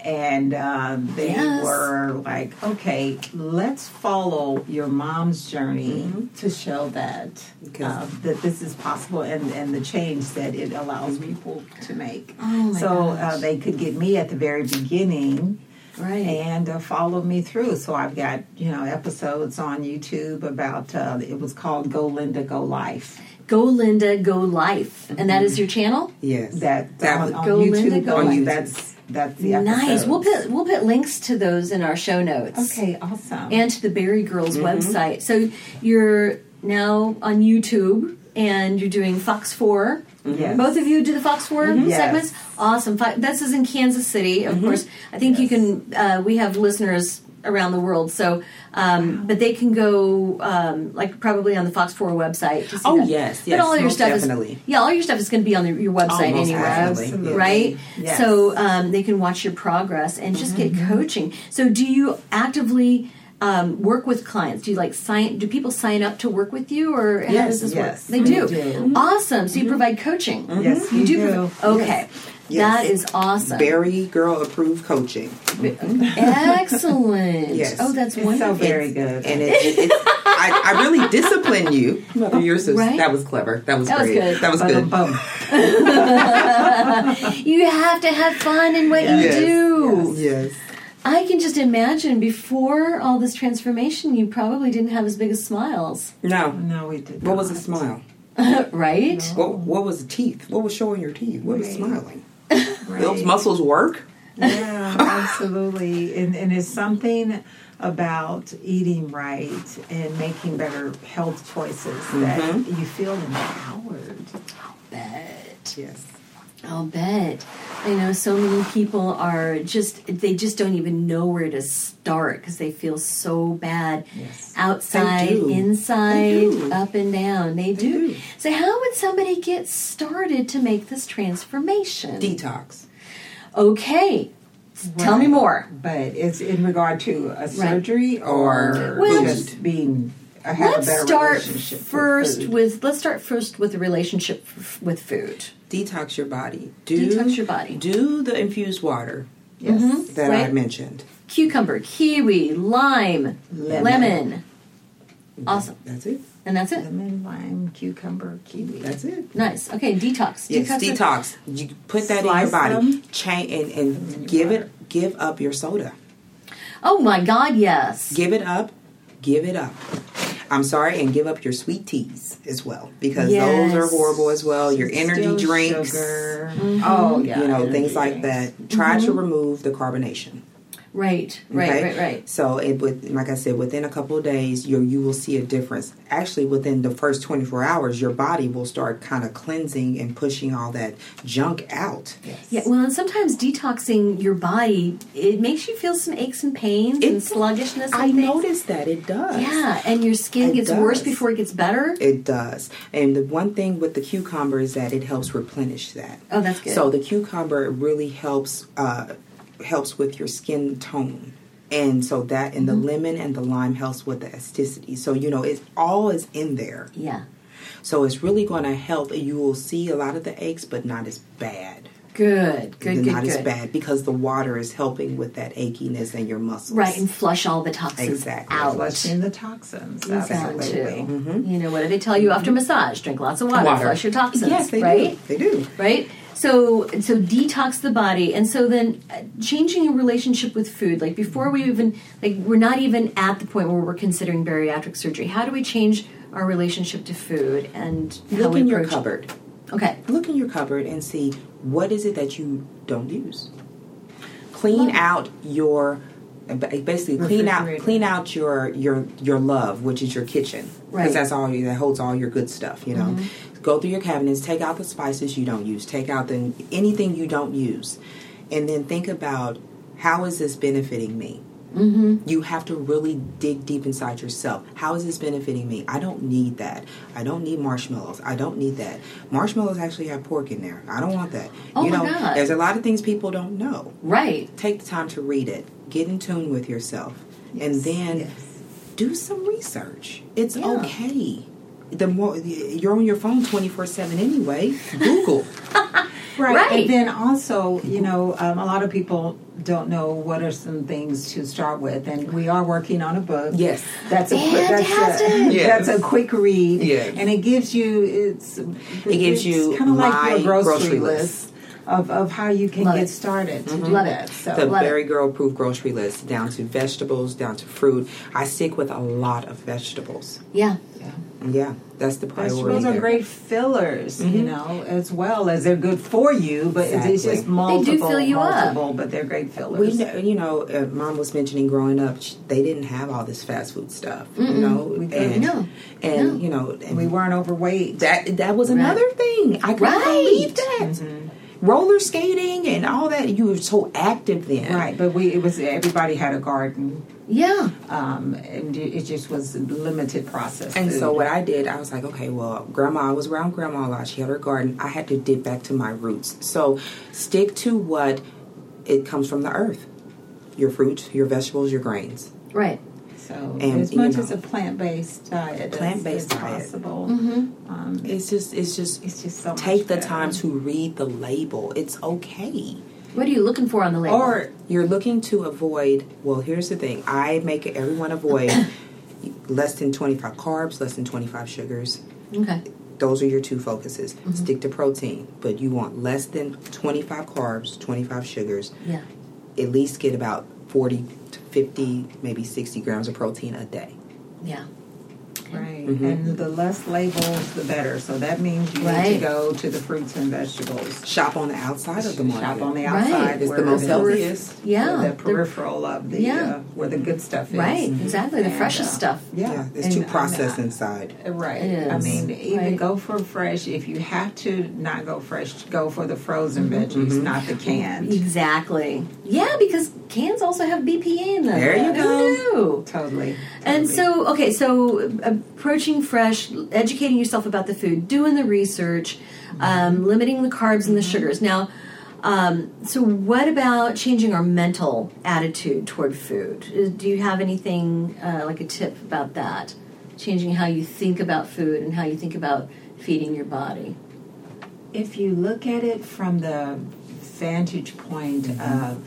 S4: And uh, they
S1: Mm-hmm. Yes.
S4: were like, okay, let's follow your mom's journey
S1: Mm-hmm.
S4: to show that
S3: Okay.
S4: uh, that this is possible and, and the change that it allows people to make.
S1: Oh, my
S4: so uh,
S1: gosh.
S4: they could get me at the very beginning
S1: Right.
S4: and uh, followed me through. So I've got you know episodes on YouTube about uh, it was called Go Linda Go Life.
S1: Go Linda, go life. And
S3: Mm-hmm.
S1: that is your channel?
S3: Yes.
S4: That,
S3: That
S4: on,
S3: was-
S4: on
S1: Go
S4: YouTube.
S1: Linda, Go
S4: on
S1: Life.
S4: you- That's that's the episode.
S1: Nice. We'll put we'll put links to those in our show notes.
S4: okay, awesome.
S1: And to the Berry Girls
S3: Mm-hmm.
S1: website. So you're now on YouTube and you're doing Fox 4.
S3: Mm-hmm.
S4: Yes.
S1: Both of you do the Fox 4
S4: Yes.
S1: segments? Awesome. Fi- This is in Kansas City,
S3: Mm-hmm.
S1: of course. I think you can, uh, we have listeners around the world, so, um, but they can go, um, like, probably on the Fox 4 website. To see
S3: Oh,
S1: that.
S3: yes,
S1: But
S3: yes,
S1: all your
S3: most
S1: stuff is,
S3: definitely.
S1: yeah, all your stuff is going to be on the, your website
S3: most
S1: anyway
S3: definitely, yes.
S1: right?
S4: Yes. Mm-hmm.
S1: So um, they can watch your progress and just get coaching. So do you actively um, work with clients? Do you like sign? Do people sign up to work with you, or how does
S4: Yes,
S1: this
S4: yes,
S1: work? They
S4: we
S1: do.
S4: do. Mm-hmm.
S1: Awesome. So you provide coaching.
S4: Yes,
S1: you
S4: we
S1: do.
S4: do.
S1: prov- okay,
S3: Yes.
S1: that is awesome.
S3: Berry girl approved coaching,
S1: Excellent.
S3: Yes.
S1: Oh, that's
S4: it's so
S1: wonderful.
S4: very good.
S3: and it, it, it's I, I really discipline you. Mother, you're so
S1: Right?
S3: that was clever. That was
S1: That was
S3: great.
S1: good.
S3: That was good.
S4: Boom.
S1: you have to have fun in what
S3: Yes.
S1: you do.
S3: Yes.
S1: I can just imagine before all this transformation, you probably didn't have as big a smiles,
S3: No.
S4: No, we did.
S3: What was
S4: not.
S3: a smile?
S1: right?
S3: What What was the teeth? What was showing your teeth? What was
S4: Right.
S3: smiling?
S4: Right.
S3: Those muscles work.
S4: Yeah, absolutely. And, and it's something about eating right and making better health choices that
S1: Mm-hmm.
S4: you feel empowered.
S1: But
S3: Yes.
S1: I'll bet. I know so many people are just, they just don't even know where to start because they feel so bad
S4: Yes.
S1: outside,
S3: They do. They
S1: inside,
S3: do.
S1: up and down. They, do.
S3: do.
S1: So, how would somebody get started to make this transformation?
S3: Detox.
S1: Okay, tell me
S4: Right.
S1: more.
S4: But it's in regard to a surgery or
S1: Well,
S4: just being a have a
S1: Let's
S4: better
S1: start
S4: relationship with
S1: first with,
S4: food.
S1: let's start first with the relationship f- with food.
S3: Detox your body. Do,
S1: Detox your body.
S3: Do the infused water
S4: yes.
S3: that I
S1: Right.
S3: mentioned.
S1: Cucumber, kiwi, lime, lemon.
S4: Lemon. Mm-hmm.
S1: Awesome.
S3: That's it.
S1: And that's it.
S4: lemon, lime, cucumber, kiwi.
S3: That's it.
S1: Nice. Okay, detox.
S3: Yes,
S1: Detox.
S3: detox. You put that
S4: Slice
S3: in your body.
S4: them.
S3: Change and, and give it. Give up your soda.
S1: Oh my God, yes.
S3: Give it up. Give it up. I'm sorry, and give up your sweet teas as well because
S1: Yes.
S3: those are horrible as well. Your energy
S4: Still
S3: drinks,
S4: sugar.
S1: Mm-hmm.
S4: Oh yeah,
S3: you know,
S4: energy
S3: things like
S4: drinks.
S3: that. Try to remove the carbonation.
S1: Right, Mm-hmm. right,
S3: okay?
S1: right, right.
S3: So it would, like I said, within a couple of days, you you will see a difference. Actually, within the first 24 hours, your body will start kind of cleansing and pushing all that junk out.
S1: Yeah, well, and sometimes detoxing your body, it makes you feel some aches and pains and
S3: It-
S1: sluggishness. And
S3: I
S1: things.
S3: noticed that it does.
S1: Yeah, and your skin
S3: It
S1: gets worse
S3: does.
S1: before it gets better.
S3: It does. And the one thing with the cucumber is that it helps replenish that.
S1: Oh, that's good.
S3: So the cucumber really helps uh, helps with your skin tone. And so that and
S1: Mm-hmm.
S3: the lemon and the lime helps with the elasticity. So you know, it's all is in there.
S1: yeah.
S3: So it's really going to help. You will see a lot of the aches, but not as bad.
S1: Good, good, good,
S3: not
S1: good.
S3: as bad because the water is helping with that achiness in your muscles.
S1: Right, and flush all the toxins
S3: Exactly. Mm-hmm.
S1: out.
S4: Flushing the toxins.
S1: Use that
S4: Absolutely.
S1: too. You know, what do they tell you after massage? Drink lots of water,
S3: Water.
S1: flush your toxins.
S3: Yes, they
S1: right?
S3: do. They do.
S1: right so so detox the body and so then uh, changing your relationship with food like before we even like we're not even at the point where we're considering bariatric surgery how do we change our relationship to food and how
S3: Look
S1: we
S3: in your
S1: approach it?
S3: cupboard.
S1: okay
S3: Look in your cupboard and see what is it that you don't use. Clean out your ba- basically clean out
S4: Refrigerator.
S3: clean out your your your love, which is your kitchen, because
S1: Right.
S3: that's all you, that holds all your good stuff. You know, go through your cabinets, take out the spices you don't use, take out the anything you don't use, and then think about how is this benefiting me. You have to really dig deep inside yourself. How is this benefiting me? I don't need that. I don't need marshmallows. I don't need that. Marshmallows actually have pork in there. I don't want that.
S1: Oh
S3: you
S1: my
S3: know,
S1: God.
S3: there's a lot of things people don't know.
S1: Right.
S3: Take the time to read it. Get in tune with yourself. And then do some research. It's
S1: Yeah.
S3: okay. The more you're on your phone 24 7 anyway, Google.
S4: Right.
S1: Right.
S4: And then also, you know, um, a lot of people don't know what are some things to start with, and we are working on a book.
S3: Yes.
S4: That's a quick, that's a,
S1: Fantastic.
S3: Yes.
S4: that's a quick read.
S3: Yes.
S4: And it gives you it's it
S3: gives you
S4: kind of like
S3: my
S4: your grocery,
S3: grocery
S4: list. Of, of how you can
S1: Love
S4: get
S1: it.
S4: started to do
S1: Love it.
S4: that. So
S3: the
S1: Love it.
S3: Mm-hmm. very girl proof grocery list down to vegetables, down to fruit. I stick with a lot of vegetables.
S1: Yeah.
S3: Yeah, that's the priority.
S4: vegetables are
S3: there. Mm-hmm.
S4: great fillers, you know, as well as they're good for you. But it's
S3: Exactly.
S4: just multiple,
S1: fill you up.
S4: multiple, but they're great
S3: We,
S4: fillers.
S3: kn- you know, uh, mom was mentioning growing up, sh they didn't have all this fast food stuff. You know,
S4: didn't.
S3: and
S1: No.
S3: and
S1: No.
S3: you know, and
S4: we weren't overweight.
S3: that that was another thing. I couldn't
S1: Right.
S3: believe that.
S4: Mm-hmm.
S3: Roller skating and all that. You were so active then.
S4: Right, but we it was everybody had a garden,
S1: Yeah.
S4: um, and it it just was limited process.
S3: And so what I did, I was like, okay, well, grandma, I was around grandma a lot. She had her garden. I had to dig back to my roots. So stick to what it comes from the earth. Your fruits, your vegetables, your grains.
S1: Right.
S4: so
S3: and,
S4: as
S3: you
S4: much
S3: know,
S4: as a plant based diet, as-
S3: plant-based
S4: as
S3: diet. Mm-hmm.
S4: possible. Um,
S3: It's just it's just
S4: it's just so much
S3: take the
S4: better.
S3: time to read the label. It's okay.
S1: What are you looking for on the label?
S3: Or you're looking to avoid, well, here's the thing. I make everyone avoid less than 25 carbs, less than 25 sugars,
S1: okay.
S3: those are your two focuses.
S4: Mm-hmm.
S3: Stick to protein, but you want less than 25 carbs, 25 sugars.
S1: Yeah.
S3: At least get about 40 to 50, maybe 60 grams of protein a day.
S1: Yeah.
S4: right,
S3: Mm-hmm.
S4: and the less labels, the better. So that means you need
S1: Right.
S4: to go to the fruits and vegetables.
S3: Shop on the outside of the market.
S4: Shop on the
S1: Right.
S4: outside.
S3: It's
S4: where
S3: the most
S4: is.
S3: healthiest.
S1: Yeah.
S4: the
S1: The-
S4: peripheral of the
S1: Yeah.
S4: uh, where the good stuff is. Mm-hmm.
S1: Right. Exactly. The freshest stuff.
S4: Yeah,
S3: Yeah, there's
S4: And
S3: too
S4: I'm not-
S3: processed inside.
S4: Uh, Right.
S1: It
S4: I
S1: is.
S4: mean, even
S1: Right.
S4: go for fresh. If you have to not go fresh, go for the frozen
S3: Mm-hmm.
S4: veggies, not the canned.
S1: Exactly. Yeah, because cans also have BPA in them.
S3: There you
S1: Who
S3: go.
S1: knew?
S4: Totally.
S1: And
S4: totally.
S1: so, okay, so uh, approaching fresh, educating yourself about the food, doing the research,
S3: Mm-hmm.
S1: um, limiting the carbs and the sugars. Now, um, so what about changing our mental attitude toward food? Uh, Do you have anything uh, like a tip about that? Changing how you think about food and how you think about feeding your body.
S4: if you look at it from the vantage point of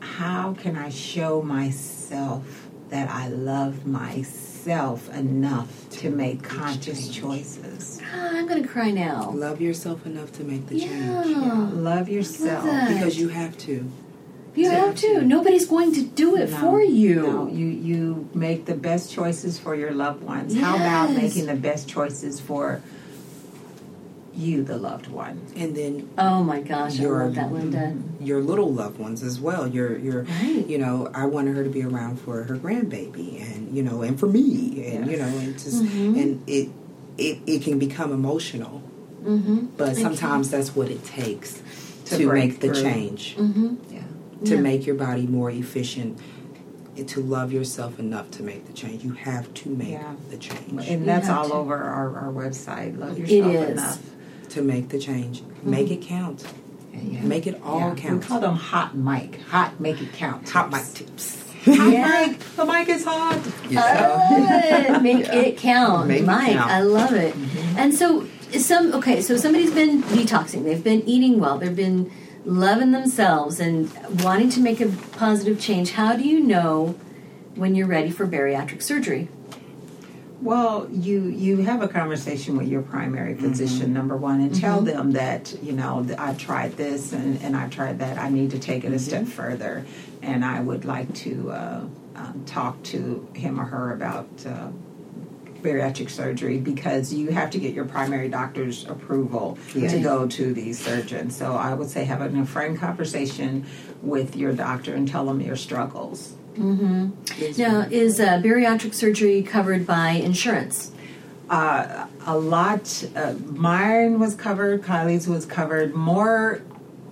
S4: how can I show myself that I love myself enough to make conscious choices?
S1: Ah, I'm going to cry now.
S3: Love yourself enough to make the change.
S1: Yeah.
S4: Love yourself.
S1: Oh, that.
S3: Because you have to.
S1: You have to. Nobody's going to do it for you.
S4: No, you you make the best choices for your loved ones. How about
S1: Yes.
S4: making the best choices for you, the loved one?
S3: And then
S1: Oh my gosh, I
S3: You're-
S1: love that, Linda.
S3: your little loved ones as well. Your your
S1: Right.
S3: you know, I wanted her to be around for her grandbaby and you know, and for me and you know, and just
S4: Mm-hmm.
S3: and it it it can become emotional.
S1: Mm-hmm.
S3: But sometimes that's what it takes
S4: To
S3: to,
S4: break
S3: make the
S4: through.
S3: change,
S1: Mm-hmm.
S4: Yeah.
S3: to
S1: Yeah.
S3: make your body more efficient, and to love yourself enough to make the change. You have to make
S4: Yeah.
S3: the change.
S4: And that's
S1: have
S4: all
S1: to.
S4: over our, our website. Love yourself
S1: is.
S4: enough.
S3: to make the change, make it count.
S4: Mm-hmm. Yeah.
S3: Make it all
S4: Yeah.
S3: count.
S4: We call them hot mic. Hot make it count.
S3: Top mic tips.
S4: Hot
S1: Yeah.
S4: mic. The mic is hot.
S1: Good. Make it count,
S3: Make it
S1: Mike.
S3: count.
S1: I
S3: Mm-hmm.
S1: love it. And so some okay, so somebody's been detoxing. They've been eating well. They've been loving themselves and wanting to make a positive change. How do you know when you're ready for bariatric surgery?
S4: Well, you you have a conversation with your primary physician number one, and tell them that you know th- I've tried this and and I've tried that. I need to take it a step further, and I would like to uh, um, talk to him or her about. Uh, bariatric surgery because you have to get your primary doctor's approval to go to these surgeons. So I would say have a frank conversation with your doctor and tell them your struggles.
S1: Now, is uh, bariatric surgery covered by insurance?
S4: uh, a lot. Uh, mine was covered. Kylie's was covered. More,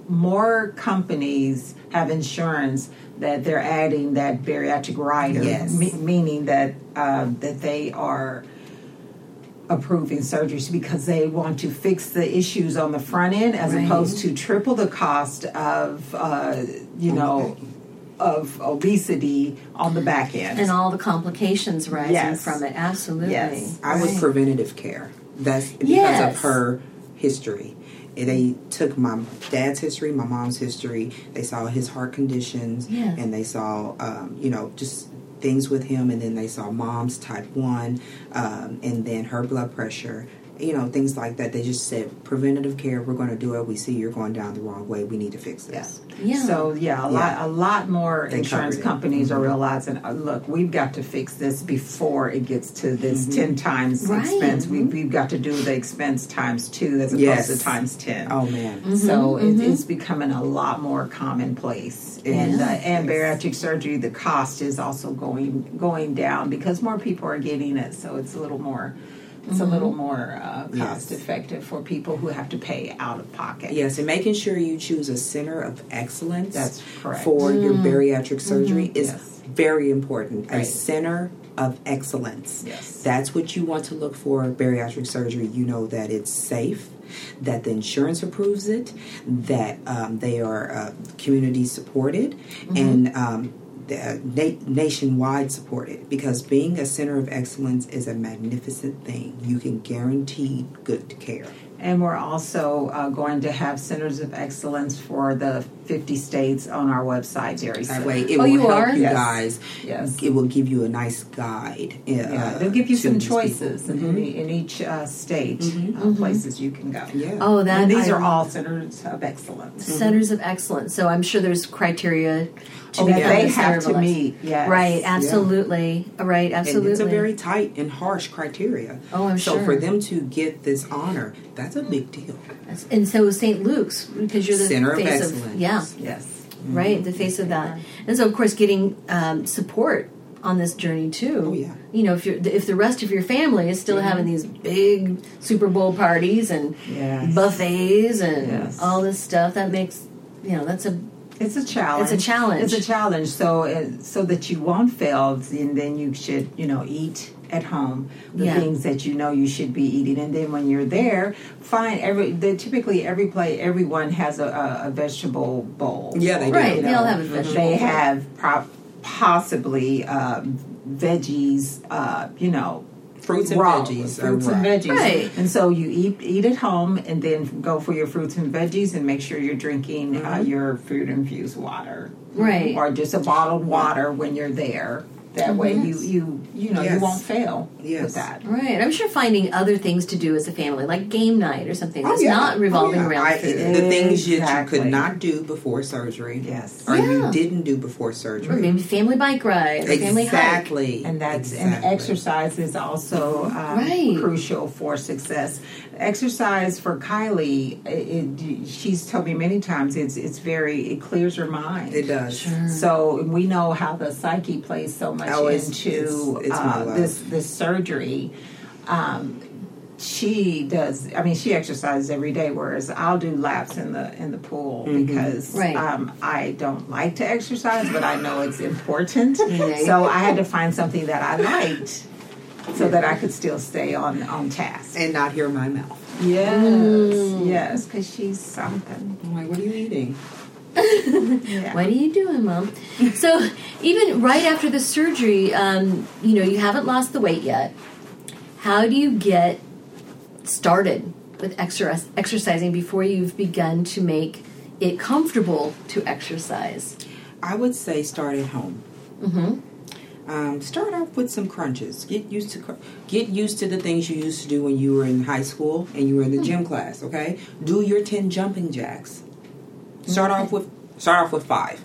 S4: more companies have insurance that they're adding that bariatric rider,
S3: Yes.
S4: me- meaning that uh, that they are approving surgeries because they want to fix the issues on the front end as
S1: Right.
S4: opposed to triple the cost of uh, you know of obesity on the back end.
S1: and all the complications rising
S4: Yes.
S1: from it. Absolutely.
S4: Yes.
S3: I was preventative care. That's because
S1: Yes.
S3: of her history. They took my dad's history, my mom's history. They saw his heart conditions,
S1: Yes.
S3: and they saw, um, you know, just things with him. And then they saw mom's type one, um, and then her blood pressure. You know, things like that. They just said preventative care. We're going to do it. We see you're going down the wrong way. We need to fix this.
S1: Yeah.
S4: So yeah, a lot a lot more
S3: They
S4: insurance
S3: covered it. Mm-hmm.
S4: companies are realizing, uh, look, we've got to fix this before it gets to this
S3: Mm-hmm.
S4: ten times
S1: Right.
S4: expense. We, we've got to do the expense times two as opposed
S3: Yes.
S4: to times ten.
S3: Oh man, Mm-hmm.
S4: So it, it's becoming a lot more commonplace, and uh, and bariatric surgery, the cost is also going going down because more people are getting it, so it's a little more. It's
S3: Mm-hmm.
S4: a little more uh, cost effective for people who have to pay out of pocket.
S3: Yes, and making sure you choose a center of excellence
S4: That's correct. Mm-hmm.
S3: for your bariatric surgery is
S4: Yes.
S3: very important. A
S4: Right.
S3: center of excellence.
S4: Yes.
S3: That's what you want to look for in bariatric surgery. You know that it's safe, that the insurance approves it, that um, they are uh, community supported,
S4: Mm-hmm.
S3: and um, the- na- nationwide supported because being a center of excellence is a magnificent thing. You can guarantee good care.
S4: And we're also uh, going to have centers of excellence for the 50 states on our website very soon.
S3: That way, it
S1: Oh,
S3: will
S1: you
S3: help
S1: are?
S3: you
S4: Yes.
S3: guys.
S4: Yes.
S3: It will give you a nice guide. uh,
S4: Yeah, they'll give you
S3: to
S4: some
S3: these people. Mm-hmm.
S4: choices in, any, in each uh, state, uh, places you can go.
S3: Yeah.
S1: Oh, that
S4: and these
S1: I-
S4: are all centers of excellence.
S1: Mm-hmm. centers of excellence. So I'm sure there's criteria to
S4: Oh,
S1: become
S4: yeah. They
S1: a center
S4: have
S1: of
S4: to
S1: excellence.
S4: meet, yes.
S1: Right,
S4: Yeah.
S1: absolutely. Right,
S3: And
S1: absolutely.
S3: it's a very tight and harsh criteria.
S1: Oh, I'm
S3: so
S1: sure.
S3: So for them to get this honor, that's a big deal.
S1: and so St. Luke's because you're the
S3: Center of
S1: face
S3: excellence. Mm-hmm.
S1: yeah,
S4: Yes.
S1: right, the face of that. And so of course getting um, support on this journey too.
S3: Oh, yeah.
S1: You know, if you're if the rest of your family is still having these big Super Bowl parties and
S4: Mm-hmm. Yes.
S1: buffets and
S4: Yes.
S1: all this stuff, that makes you know, that's a
S4: It's a challenge.
S1: It's a challenge.
S4: It's a challenge. So, uh, so that you won't fail, and then you should, you know, eat at home the
S1: Yeah.
S4: things that you know you should be eating, and then when you're there, find every. They typically every plate, everyone has a, a, a vegetable bowl.
S3: Yeah, they do.
S1: Right,
S4: You
S1: they all have a vegetable
S4: They
S1: bowl.
S4: have pro- possibly um, veggies. Uh, you know.
S3: Fruits and
S4: raw-
S3: veggies are
S4: fruits and
S3: raw.
S4: veggies,
S1: Right.
S4: and so you eat eat at home, and then go for your fruits and veggies, and make sure you're drinking uh,
S3: Mm-hmm.
S4: your food infused water,
S1: Right.
S4: Or just a bottled water when you're there. That way, you you you know you
S3: Mm-hmm. Yes.
S4: won't fail with
S3: Yes.
S4: that.
S1: Right. I'm sure finding other things to do as a family, like game night or something that's
S3: yeah.
S1: not revolving
S3: Oh, yeah.
S1: around
S3: I-
S1: food.
S3: The things that you
S4: Exactly.
S3: could not do before surgery.
S4: Yes.
S3: Or
S1: Yeah.
S3: you didn't do before surgery.
S1: Or maybe family bike ride, or family hike.
S3: Exactly.
S4: And that's and
S3: Exactly.
S4: exercise is also um,
S1: Right.
S4: crucial for success. Exercise for Kylie, it, it, she's told me many times it's it's very it clears her mind.
S3: It does.
S4: So we know how the psyche plays so much
S3: Oh, it's-
S4: into
S3: it's- it's my
S4: uh,
S3: love.
S4: this this surgery. Um, she does. I mean, she exercises every day, whereas I'll do laps in the in the pool
S3: Mm-hmm.
S4: because
S1: Right.
S4: um, I don't like to exercise, but I know it's important.
S1: Right.
S4: So I had to find something that I liked. So that I could still stay on on task.
S3: And not hear my mouth.
S4: Yes, yes, because she's something.
S3: I'm like, what are you eating?
S1: What are you doing, mom? so, even right after the surgery, um, you know, you haven't lost the weight yet. How do you get started with exer- exercising before you've begun to make it comfortable to exercise?
S3: I would say start at home. Mm-hmm. Um, start off with some crunches. Get used to cr- get used to the things you used to do when you were in high school and you were in the
S1: Hmm.
S3: gym class. Okay, do your ten jumping jacks. Start off with start off with five,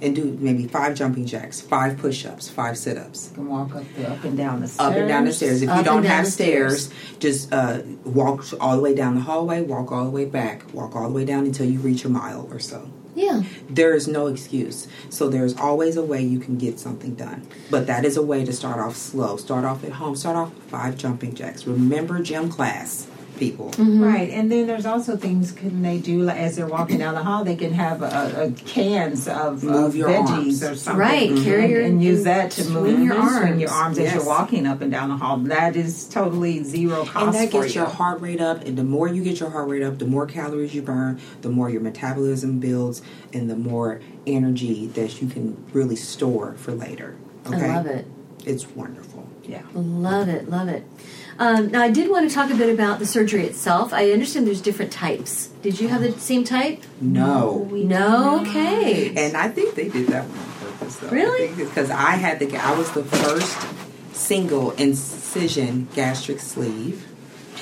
S3: and do maybe five jumping jacks, five push ups, five sit ups.
S4: You can walk up the up and down the stairs.
S3: Up and down the stairs. If
S1: Up
S3: you
S1: and
S3: don't
S1: down
S3: have
S1: the stairs.
S3: stairs, just uh, walk all the way down the hallway, walk all the way back, walk all the way down until you reach a mile or so
S1: Yeah.
S3: there is no excuse. So there's always a way you can get something done. But that is a way to start off slow. Start off at home. Start off with five jumping jacks. Remember gym class. people.
S1: Mm-hmm.
S4: Right, and then there's also things can they do like, as they're walking down the hall? They can have a, a cans of, of
S3: Move your
S4: veggies
S3: arms.
S4: or something,
S1: Right,
S4: and-
S1: carry your-
S4: and, use that to
S1: swing
S4: move
S1: your
S4: and swing your
S1: arms.
S4: arms as
S3: Yes.
S4: you're walking up and down the hall. That is totally zero cost
S3: and that
S4: for
S3: gets
S4: you.
S3: your heart rate up and the more you get your heart rate up the more calories you burn the more your metabolism builds and the more energy that you can really store for later okay
S1: I love it.
S3: it's wonderful
S4: yeah.
S1: Love it, love it. Um, now, I did want to talk a bit about the surgery itself. I understand there's different types. Did you have the same type?
S3: no
S1: We no. Okay.
S3: and i think they did that one on purpose though
S1: Really?
S3: because I, had the i was the first single incision gastric sleeve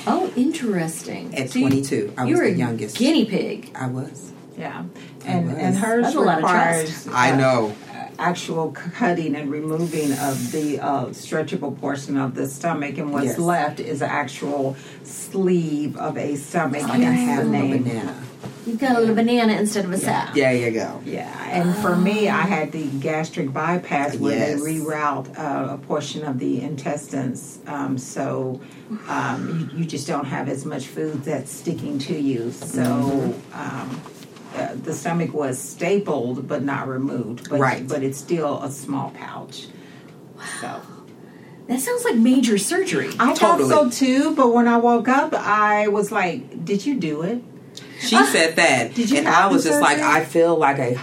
S1: Oh, interesting.
S3: At
S1: you-
S3: 22, I was
S1: you were
S3: the
S1: a
S3: youngest.
S1: Guinea pig.
S3: i was
S4: Yeah, and
S3: was.
S4: and hers
S1: That's a lot of
S4: requires
S3: i
S4: uh,
S3: know
S4: actual c- cutting and removing of the uh, stretchable portion of the stomach, and what's
S3: Yes.
S4: left is an actual sleeve of a stomach.
S3: like i
S4: hence the
S3: have a
S4: name.
S3: banana
S1: You got a little banana instead of a sow.
S3: there you go
S4: Yeah, and for me, I had the gastric bypass where
S3: Yes.
S4: they reroute uh, a portion of the intestines, um, so um, you, you just don't have as much food that's sticking to you. So
S3: Mm-hmm.
S4: um, uh, the stomach was stapled but not removed, but,
S3: Right.
S4: But it's still a small pouch. So.
S1: That sounds like major surgery.
S3: Oh,
S4: I
S3: Totally.
S4: thought so too, but when I woke up, I was like, "Did you do it?"
S3: She said that,
S4: Did you
S3: and
S4: have
S3: I was
S4: the
S3: just like,
S4: surgery?
S3: I feel like a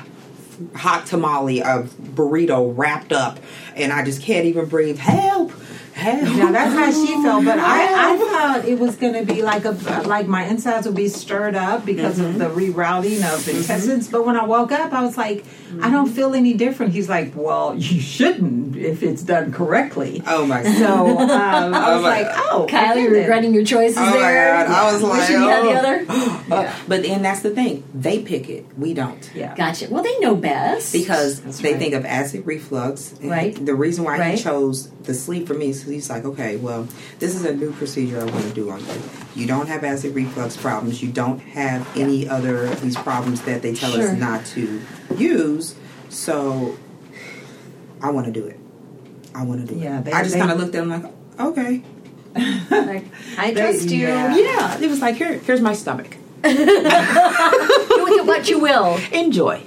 S3: hot tamale, a burrito wrapped up, and I just can't even breathe. Help! Help!
S4: Now that's how she felt, but I, I thought it was gonna be like a like my insides would be stirred up because
S3: Mm-hmm.
S4: of the rerouting of the intestines. But when I woke up, I was like, I
S3: Mm-hmm.
S4: don't feel any different. He's like, Well, you shouldn't if it's done correctly.
S3: oh my god!
S4: So um, I was
S3: my
S4: like,
S3: God.
S4: Oh,
S1: Kyle,
S4: okay
S1: you're
S4: then.
S1: regretting your choices
S3: Oh my
S1: there.
S3: God, I was like,
S1: Wishing you had the
S3: oh.
S1: other.
S3: But then that's the thing. They pick it. We don't.
S4: Yeah.
S1: Gotcha. Well, they know best.
S3: Because they
S4: right.
S3: think of acid reflux. And
S1: Right.
S3: The reason why
S1: Right.
S3: he chose the sleep for me is 'cause he's like, okay, well, this is a new procedure I want to do on you. You don't have acid reflux problems. You don't have any other of these problems that they tell
S1: Sure.
S3: us not to use. So I want to do it. I want to do
S4: Yeah,
S3: it.
S4: they-
S3: I just
S4: they-
S3: kind of looked at him like, okay.
S1: Like, I trust you.
S4: yeah.
S3: Yeah. It was like, here, here's my stomach.
S1: Do with it what you will.
S3: Enjoy.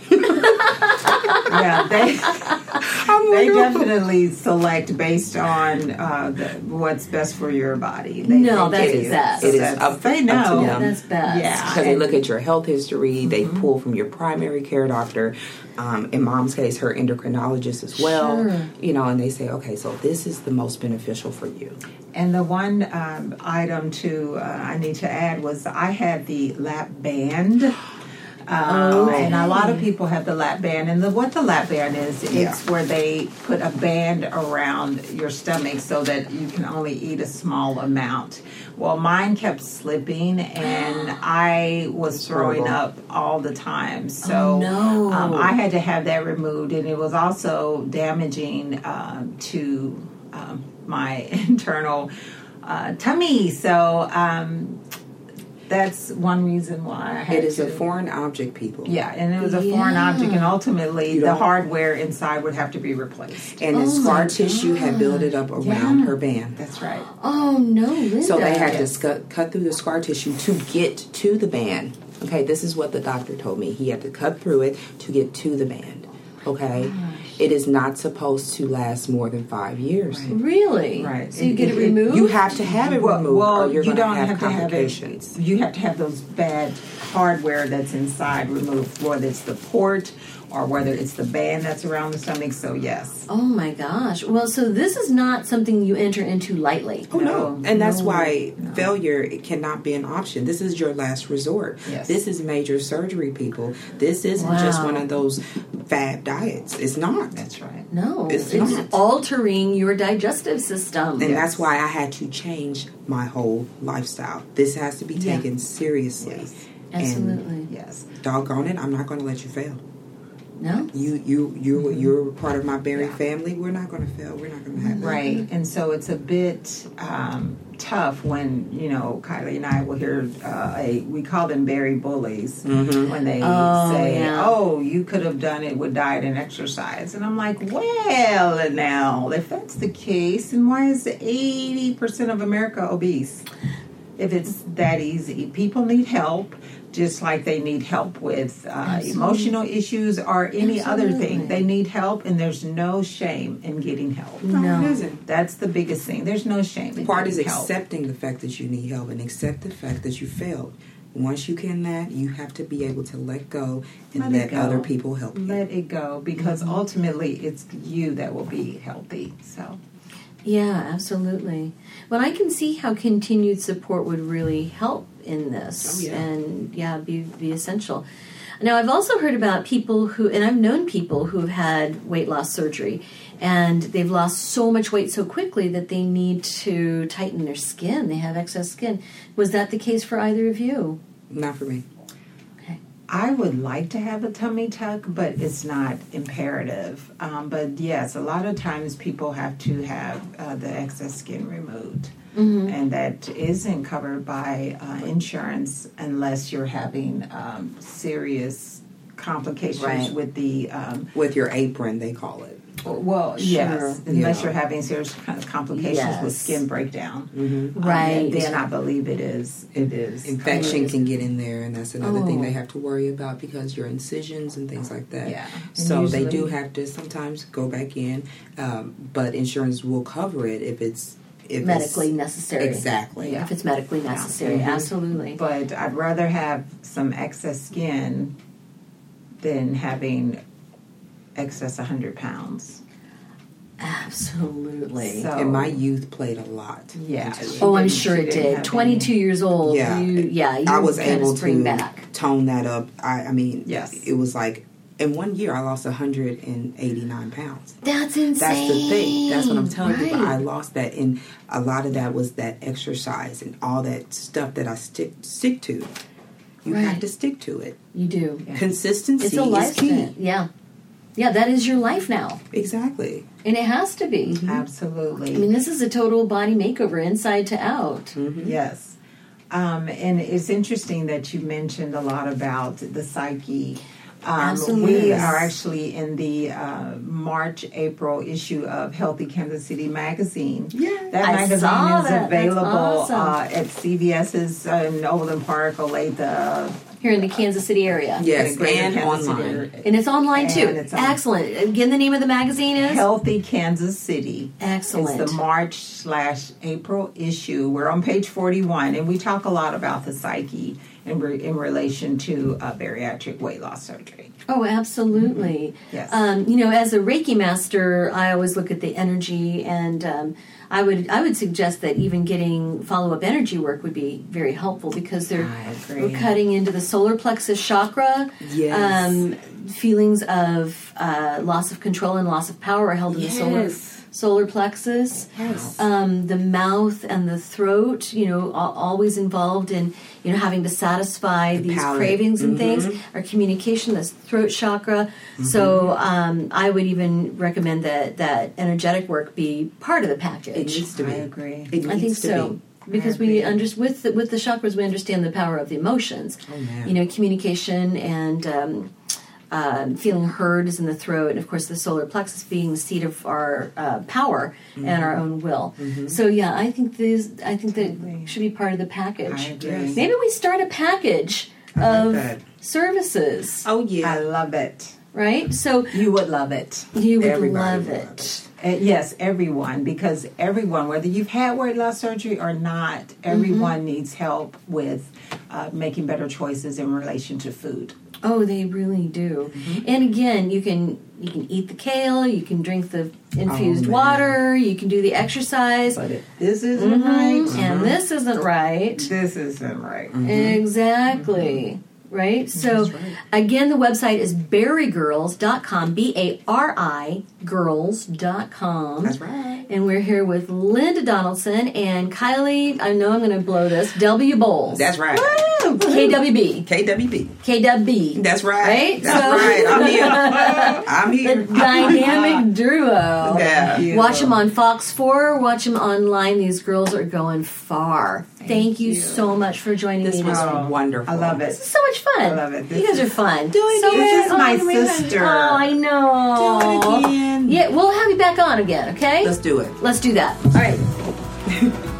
S4: yeah, they
S3: I'm
S4: they
S3: like, "Oh."
S4: definitely select based on uh, the, what's best for your body. They,
S1: No,
S4: they
S1: that's
S4: do.
S1: best.
S4: So
S3: It is
S4: that's-
S3: up-
S4: they
S3: up to
S4: know.
S3: them.
S1: That's best.
S4: Yeah.
S3: because they look at your health history they pull from your primary care doctor um, in mom's case her endocrinologist as well
S1: Sure.
S3: you know and they say okay so this is the most beneficial for you
S4: And the one um, item to uh, I need to add was I had the lap band. Um, And a lot of people have the lap band, and the, what the lap band is,
S3: Yeah.
S4: it's where they put a band around your stomach so that you can only eat a small amount. Well, mine kept slipping, and I was throwing
S3: horrible. Oh,
S4: up all the time. So
S1: no.
S4: um, I had to have that removed, and it was also damaging um to um, my internal uh, tummy. So um, that's one reason why I had
S3: it is
S4: to.
S3: a foreign object people
S4: yeah, and it was a foreign object, and ultimately
S3: You
S4: the
S3: don't-
S4: hardware inside would have to be replaced.
S3: and the scar tissue had built it up around her band
S4: That's right.
S1: Oh no, Linda.
S3: so they had to scut, cut through the scar tissue to get to the band okay this is what the doctor told me he had to cut through it to get to the band okay it is not supposed to last more than five years
S1: Really?
S4: Right.
S1: So you
S4: It-
S1: get it,
S4: it- it-
S1: removed.
S3: You have to have it
S4: Well,
S3: removed,
S4: well
S3: or you're going
S4: you
S3: to
S4: don't
S3: have,
S4: have to have
S3: complications.
S4: it. You have to have those bad hardware that's inside removed, whether it's the port or whether it's the band that's around the stomach. So yes,
S1: Oh my gosh. Well, so this is not something you enter into lightly.
S3: Oh no!
S4: No,
S3: And that's
S4: no,
S3: why failure it cannot be an option. This is your last resort.
S4: Yes.
S3: This is major surgery, people. This isn't just
S1: Wow.
S3: one of those fad diets. It's not.
S4: that's right.
S1: No,
S3: It's not.
S1: altering your digestive system.
S3: And that's why I had to change my whole lifestyle. This has to be
S1: Yeah.
S3: taken seriously.
S4: Yes.
S1: Absolutely.
S4: Yes.
S3: And doggone it, I'm not going to let you fail.
S1: No.
S3: You, you, you, you're part of my buried family. We're not going to fail. We're not going to have that.
S4: Right. And so it's a bit um, tough when, you know, Kylie and I will hear uh, a, we call them Barry bullies when they
S1: Oh,
S4: say,
S1: yeah.
S4: oh, you could have done it with diet and exercise. And I'm like, well, now, if that's the case, then why is 80% of America obese? if it's that easy. People need help just like they need help with uh, emotional issues or any other
S1: Absolutely.
S4: thing. They need help, and there's no shame in getting help.
S3: No,
S1: No.
S3: it isn't.
S4: That's the biggest thing. There's no shame. in
S3: part is
S4: getting help.
S3: accepting the fact that you need help and accept the fact that you failed. Once you can that, you have to be able to let go and
S4: Let
S3: let,
S4: it go. Mm-hmm.
S3: other people help you.
S4: Let it go because ultimately it's you that will be healthy. So
S1: Yeah, absolutely. Well, I can see how continued support would really help in this,
S3: Oh, yeah.
S1: and yeah, be be essential. Now, I've also heard about people who, and I've known people who have had weight loss surgery, and they've lost so much weight so quickly that they need to tighten their skin. They have excess skin. Was that the case for either of you?
S3: Not for me.
S4: I would like to have a tummy tuck, but it's not imperative. Um, but yes, a lot of times people have to have uh, the excess skin removed. And that isn't covered by uh, insurance unless you're having um, serious complications
S3: Right.
S4: with the um,
S3: With your apron, they call it.
S4: Well, yes, unless
S3: Yeah.
S4: you're having serious com- complications with
S1: Yes.
S4: skin breakdown, Um,
S1: Right.
S4: then I believe it is. It is.
S3: Infection
S4: Oh.
S3: can get in there, and that's another thing
S1: Oh.
S3: they have to worry about because your incisions and things like that.
S4: Yeah.
S3: So
S4: And
S3: they do
S4: usually-
S3: have to sometimes go back in, um, but insurance will cover it if it's if
S1: Medically
S3: it's,
S1: necessary.
S3: Exactly.
S1: If it's medically necessary, absolutely.
S4: Mm-hmm. But I'd rather have some excess skin than having excess 100 pounds.
S1: absolutely.
S4: So,
S3: And my youth played a lot.
S4: Oh. Yeah.
S3: into it.
S1: Oh, I'm
S4: She
S1: sure it
S4: didn't
S1: did.
S4: have
S1: 22 years old.
S3: Yeah.
S1: you, yeah. You
S3: I was
S1: kind of
S3: able
S1: spring
S3: to
S1: back.
S3: tone that up. I, I mean,
S4: Yes.
S3: it was like in one year I lost 189 pounds.
S1: That's insane.
S3: That's the thing. That's what I'm telling
S1: right.
S3: people. I lost that, and a lot of that was that exercise and all that stuff that I stick stick to. You
S1: Right.
S3: have to stick to it.
S1: you do.
S3: Consistency
S1: It's a life
S3: is key.
S1: event. Yeah. Yeah, that is your life now.
S3: Exactly.
S1: And it has to be.
S3: Mm-hmm.
S4: Absolutely.
S1: I mean, this is a total body makeover inside to out.
S4: Yes. Um, and it's interesting that you mentioned a lot about the psyche. Um,
S1: Absolutely.
S4: we are actually in the uh, March April issue of Healthy Kansas City magazine.
S3: Yay.
S4: that
S1: I
S4: magazine
S1: saw
S4: is
S1: that. That's
S4: available
S1: awesome.
S4: uh, at CVS's in Overland uh, Park, Olathe. uh,
S1: Here in the Kansas City area.
S3: Yes,
S4: Greater
S3: and
S4: Kansas City
S3: online.
S4: area.
S1: And it's online too.
S4: And it's on-
S1: Excellent. Again, the name of the magazine is?
S4: Healthy Kansas City.
S1: Excellent.
S4: It's the March slash April issue. We're on page 41, and we talk a lot about the psyche in, re- in relation to uh, bariatric weight loss surgery.
S1: Oh, absolutely.
S4: Yes.
S1: Um, you know, as a Reiki master, I always look at the energy, and um, I would I would suggest that even getting follow up energy work would be very helpful because they're
S4: I agree.
S1: we're cutting into the solar plexus chakra.
S3: Yes.
S1: Um, feelings of uh, loss of control and loss of power are held in the solar
S3: Yes.
S1: solar plexus.
S3: Yes.
S1: Um, the mouth and the throat, you know, al- always involved in you know having to satisfy these
S3: palate.
S1: cravings and things.
S3: Mm-hmm.
S1: Our communication, this throat chakra. So um, I would even recommend that that energetic work be part of the
S3: It
S1: package.
S3: needs to be.
S4: I agree.
S3: It needs
S1: I think
S3: to
S1: so.
S3: be.
S1: Because we under with the, with the chakras, we understand the power of the emotions.
S3: Oh, man.
S1: You know, communication and um, um feeling heard is in the throat, and of course, the solar plexus being the seat of our uh, power and
S3: Mm-hmm.
S1: our own will. So, yeah, I think these. I think that should be part of the package.
S4: I agree.
S1: Maybe we start a package
S3: Uh-huh.
S1: of
S3: that.
S1: services,
S3: Oh yeah.
S4: I love it.
S1: right? So
S4: You would love it.
S1: you would
S3: Everybody
S1: love
S3: would
S1: it.
S3: love
S4: Uh, yes, everyone, because everyone, whether you've had weight loss surgery or not, everyone needs help with uh, making better choices in relation to food.
S1: Oh, they really do.
S3: Mm-hmm.
S1: And again, you can you can eat the kale, you can drink the infused
S3: Oh, man.
S1: water, you can do the exercise.
S4: But if this isn't
S1: Mhm,
S4: right,
S3: uh-huh.
S1: And this isn't right.
S4: this isn't right.
S1: Mm.
S3: Mm-hmm.
S1: Exactly. Right? So again the website is berrygirls.com, B A R I girls.com.
S3: That's right.
S1: And we're here with Linda Donaldson and Kylie, I know I'm going to blow this, W Bowles.
S3: That's right.
S1: KWB.
S3: KWB.
S1: KWB.
S3: That's right.
S1: Right?
S3: That's
S1: So-
S3: right. I'm here.
S1: the
S3: I'm here.
S1: dynamic duo.
S3: Yeah.
S4: you.
S1: Watch them on Fox 4, watch them online. These girls are going far. Thank, you, so much for joining
S3: This
S1: me.
S3: was
S1: this week.
S3: wonderful.
S4: I love
S1: This
S4: it.
S1: is so much fun.
S4: I love it.
S1: you
S4: This
S1: guys are fun.
S3: it
S1: so much
S3: again. This
S4: is my
S1: fun. We had-
S4: sister.
S1: Oh, I know.
S3: Do it again.
S1: Yeah, we'll have you back on again, okay?
S3: Let's do it.
S1: Let's do that. All right.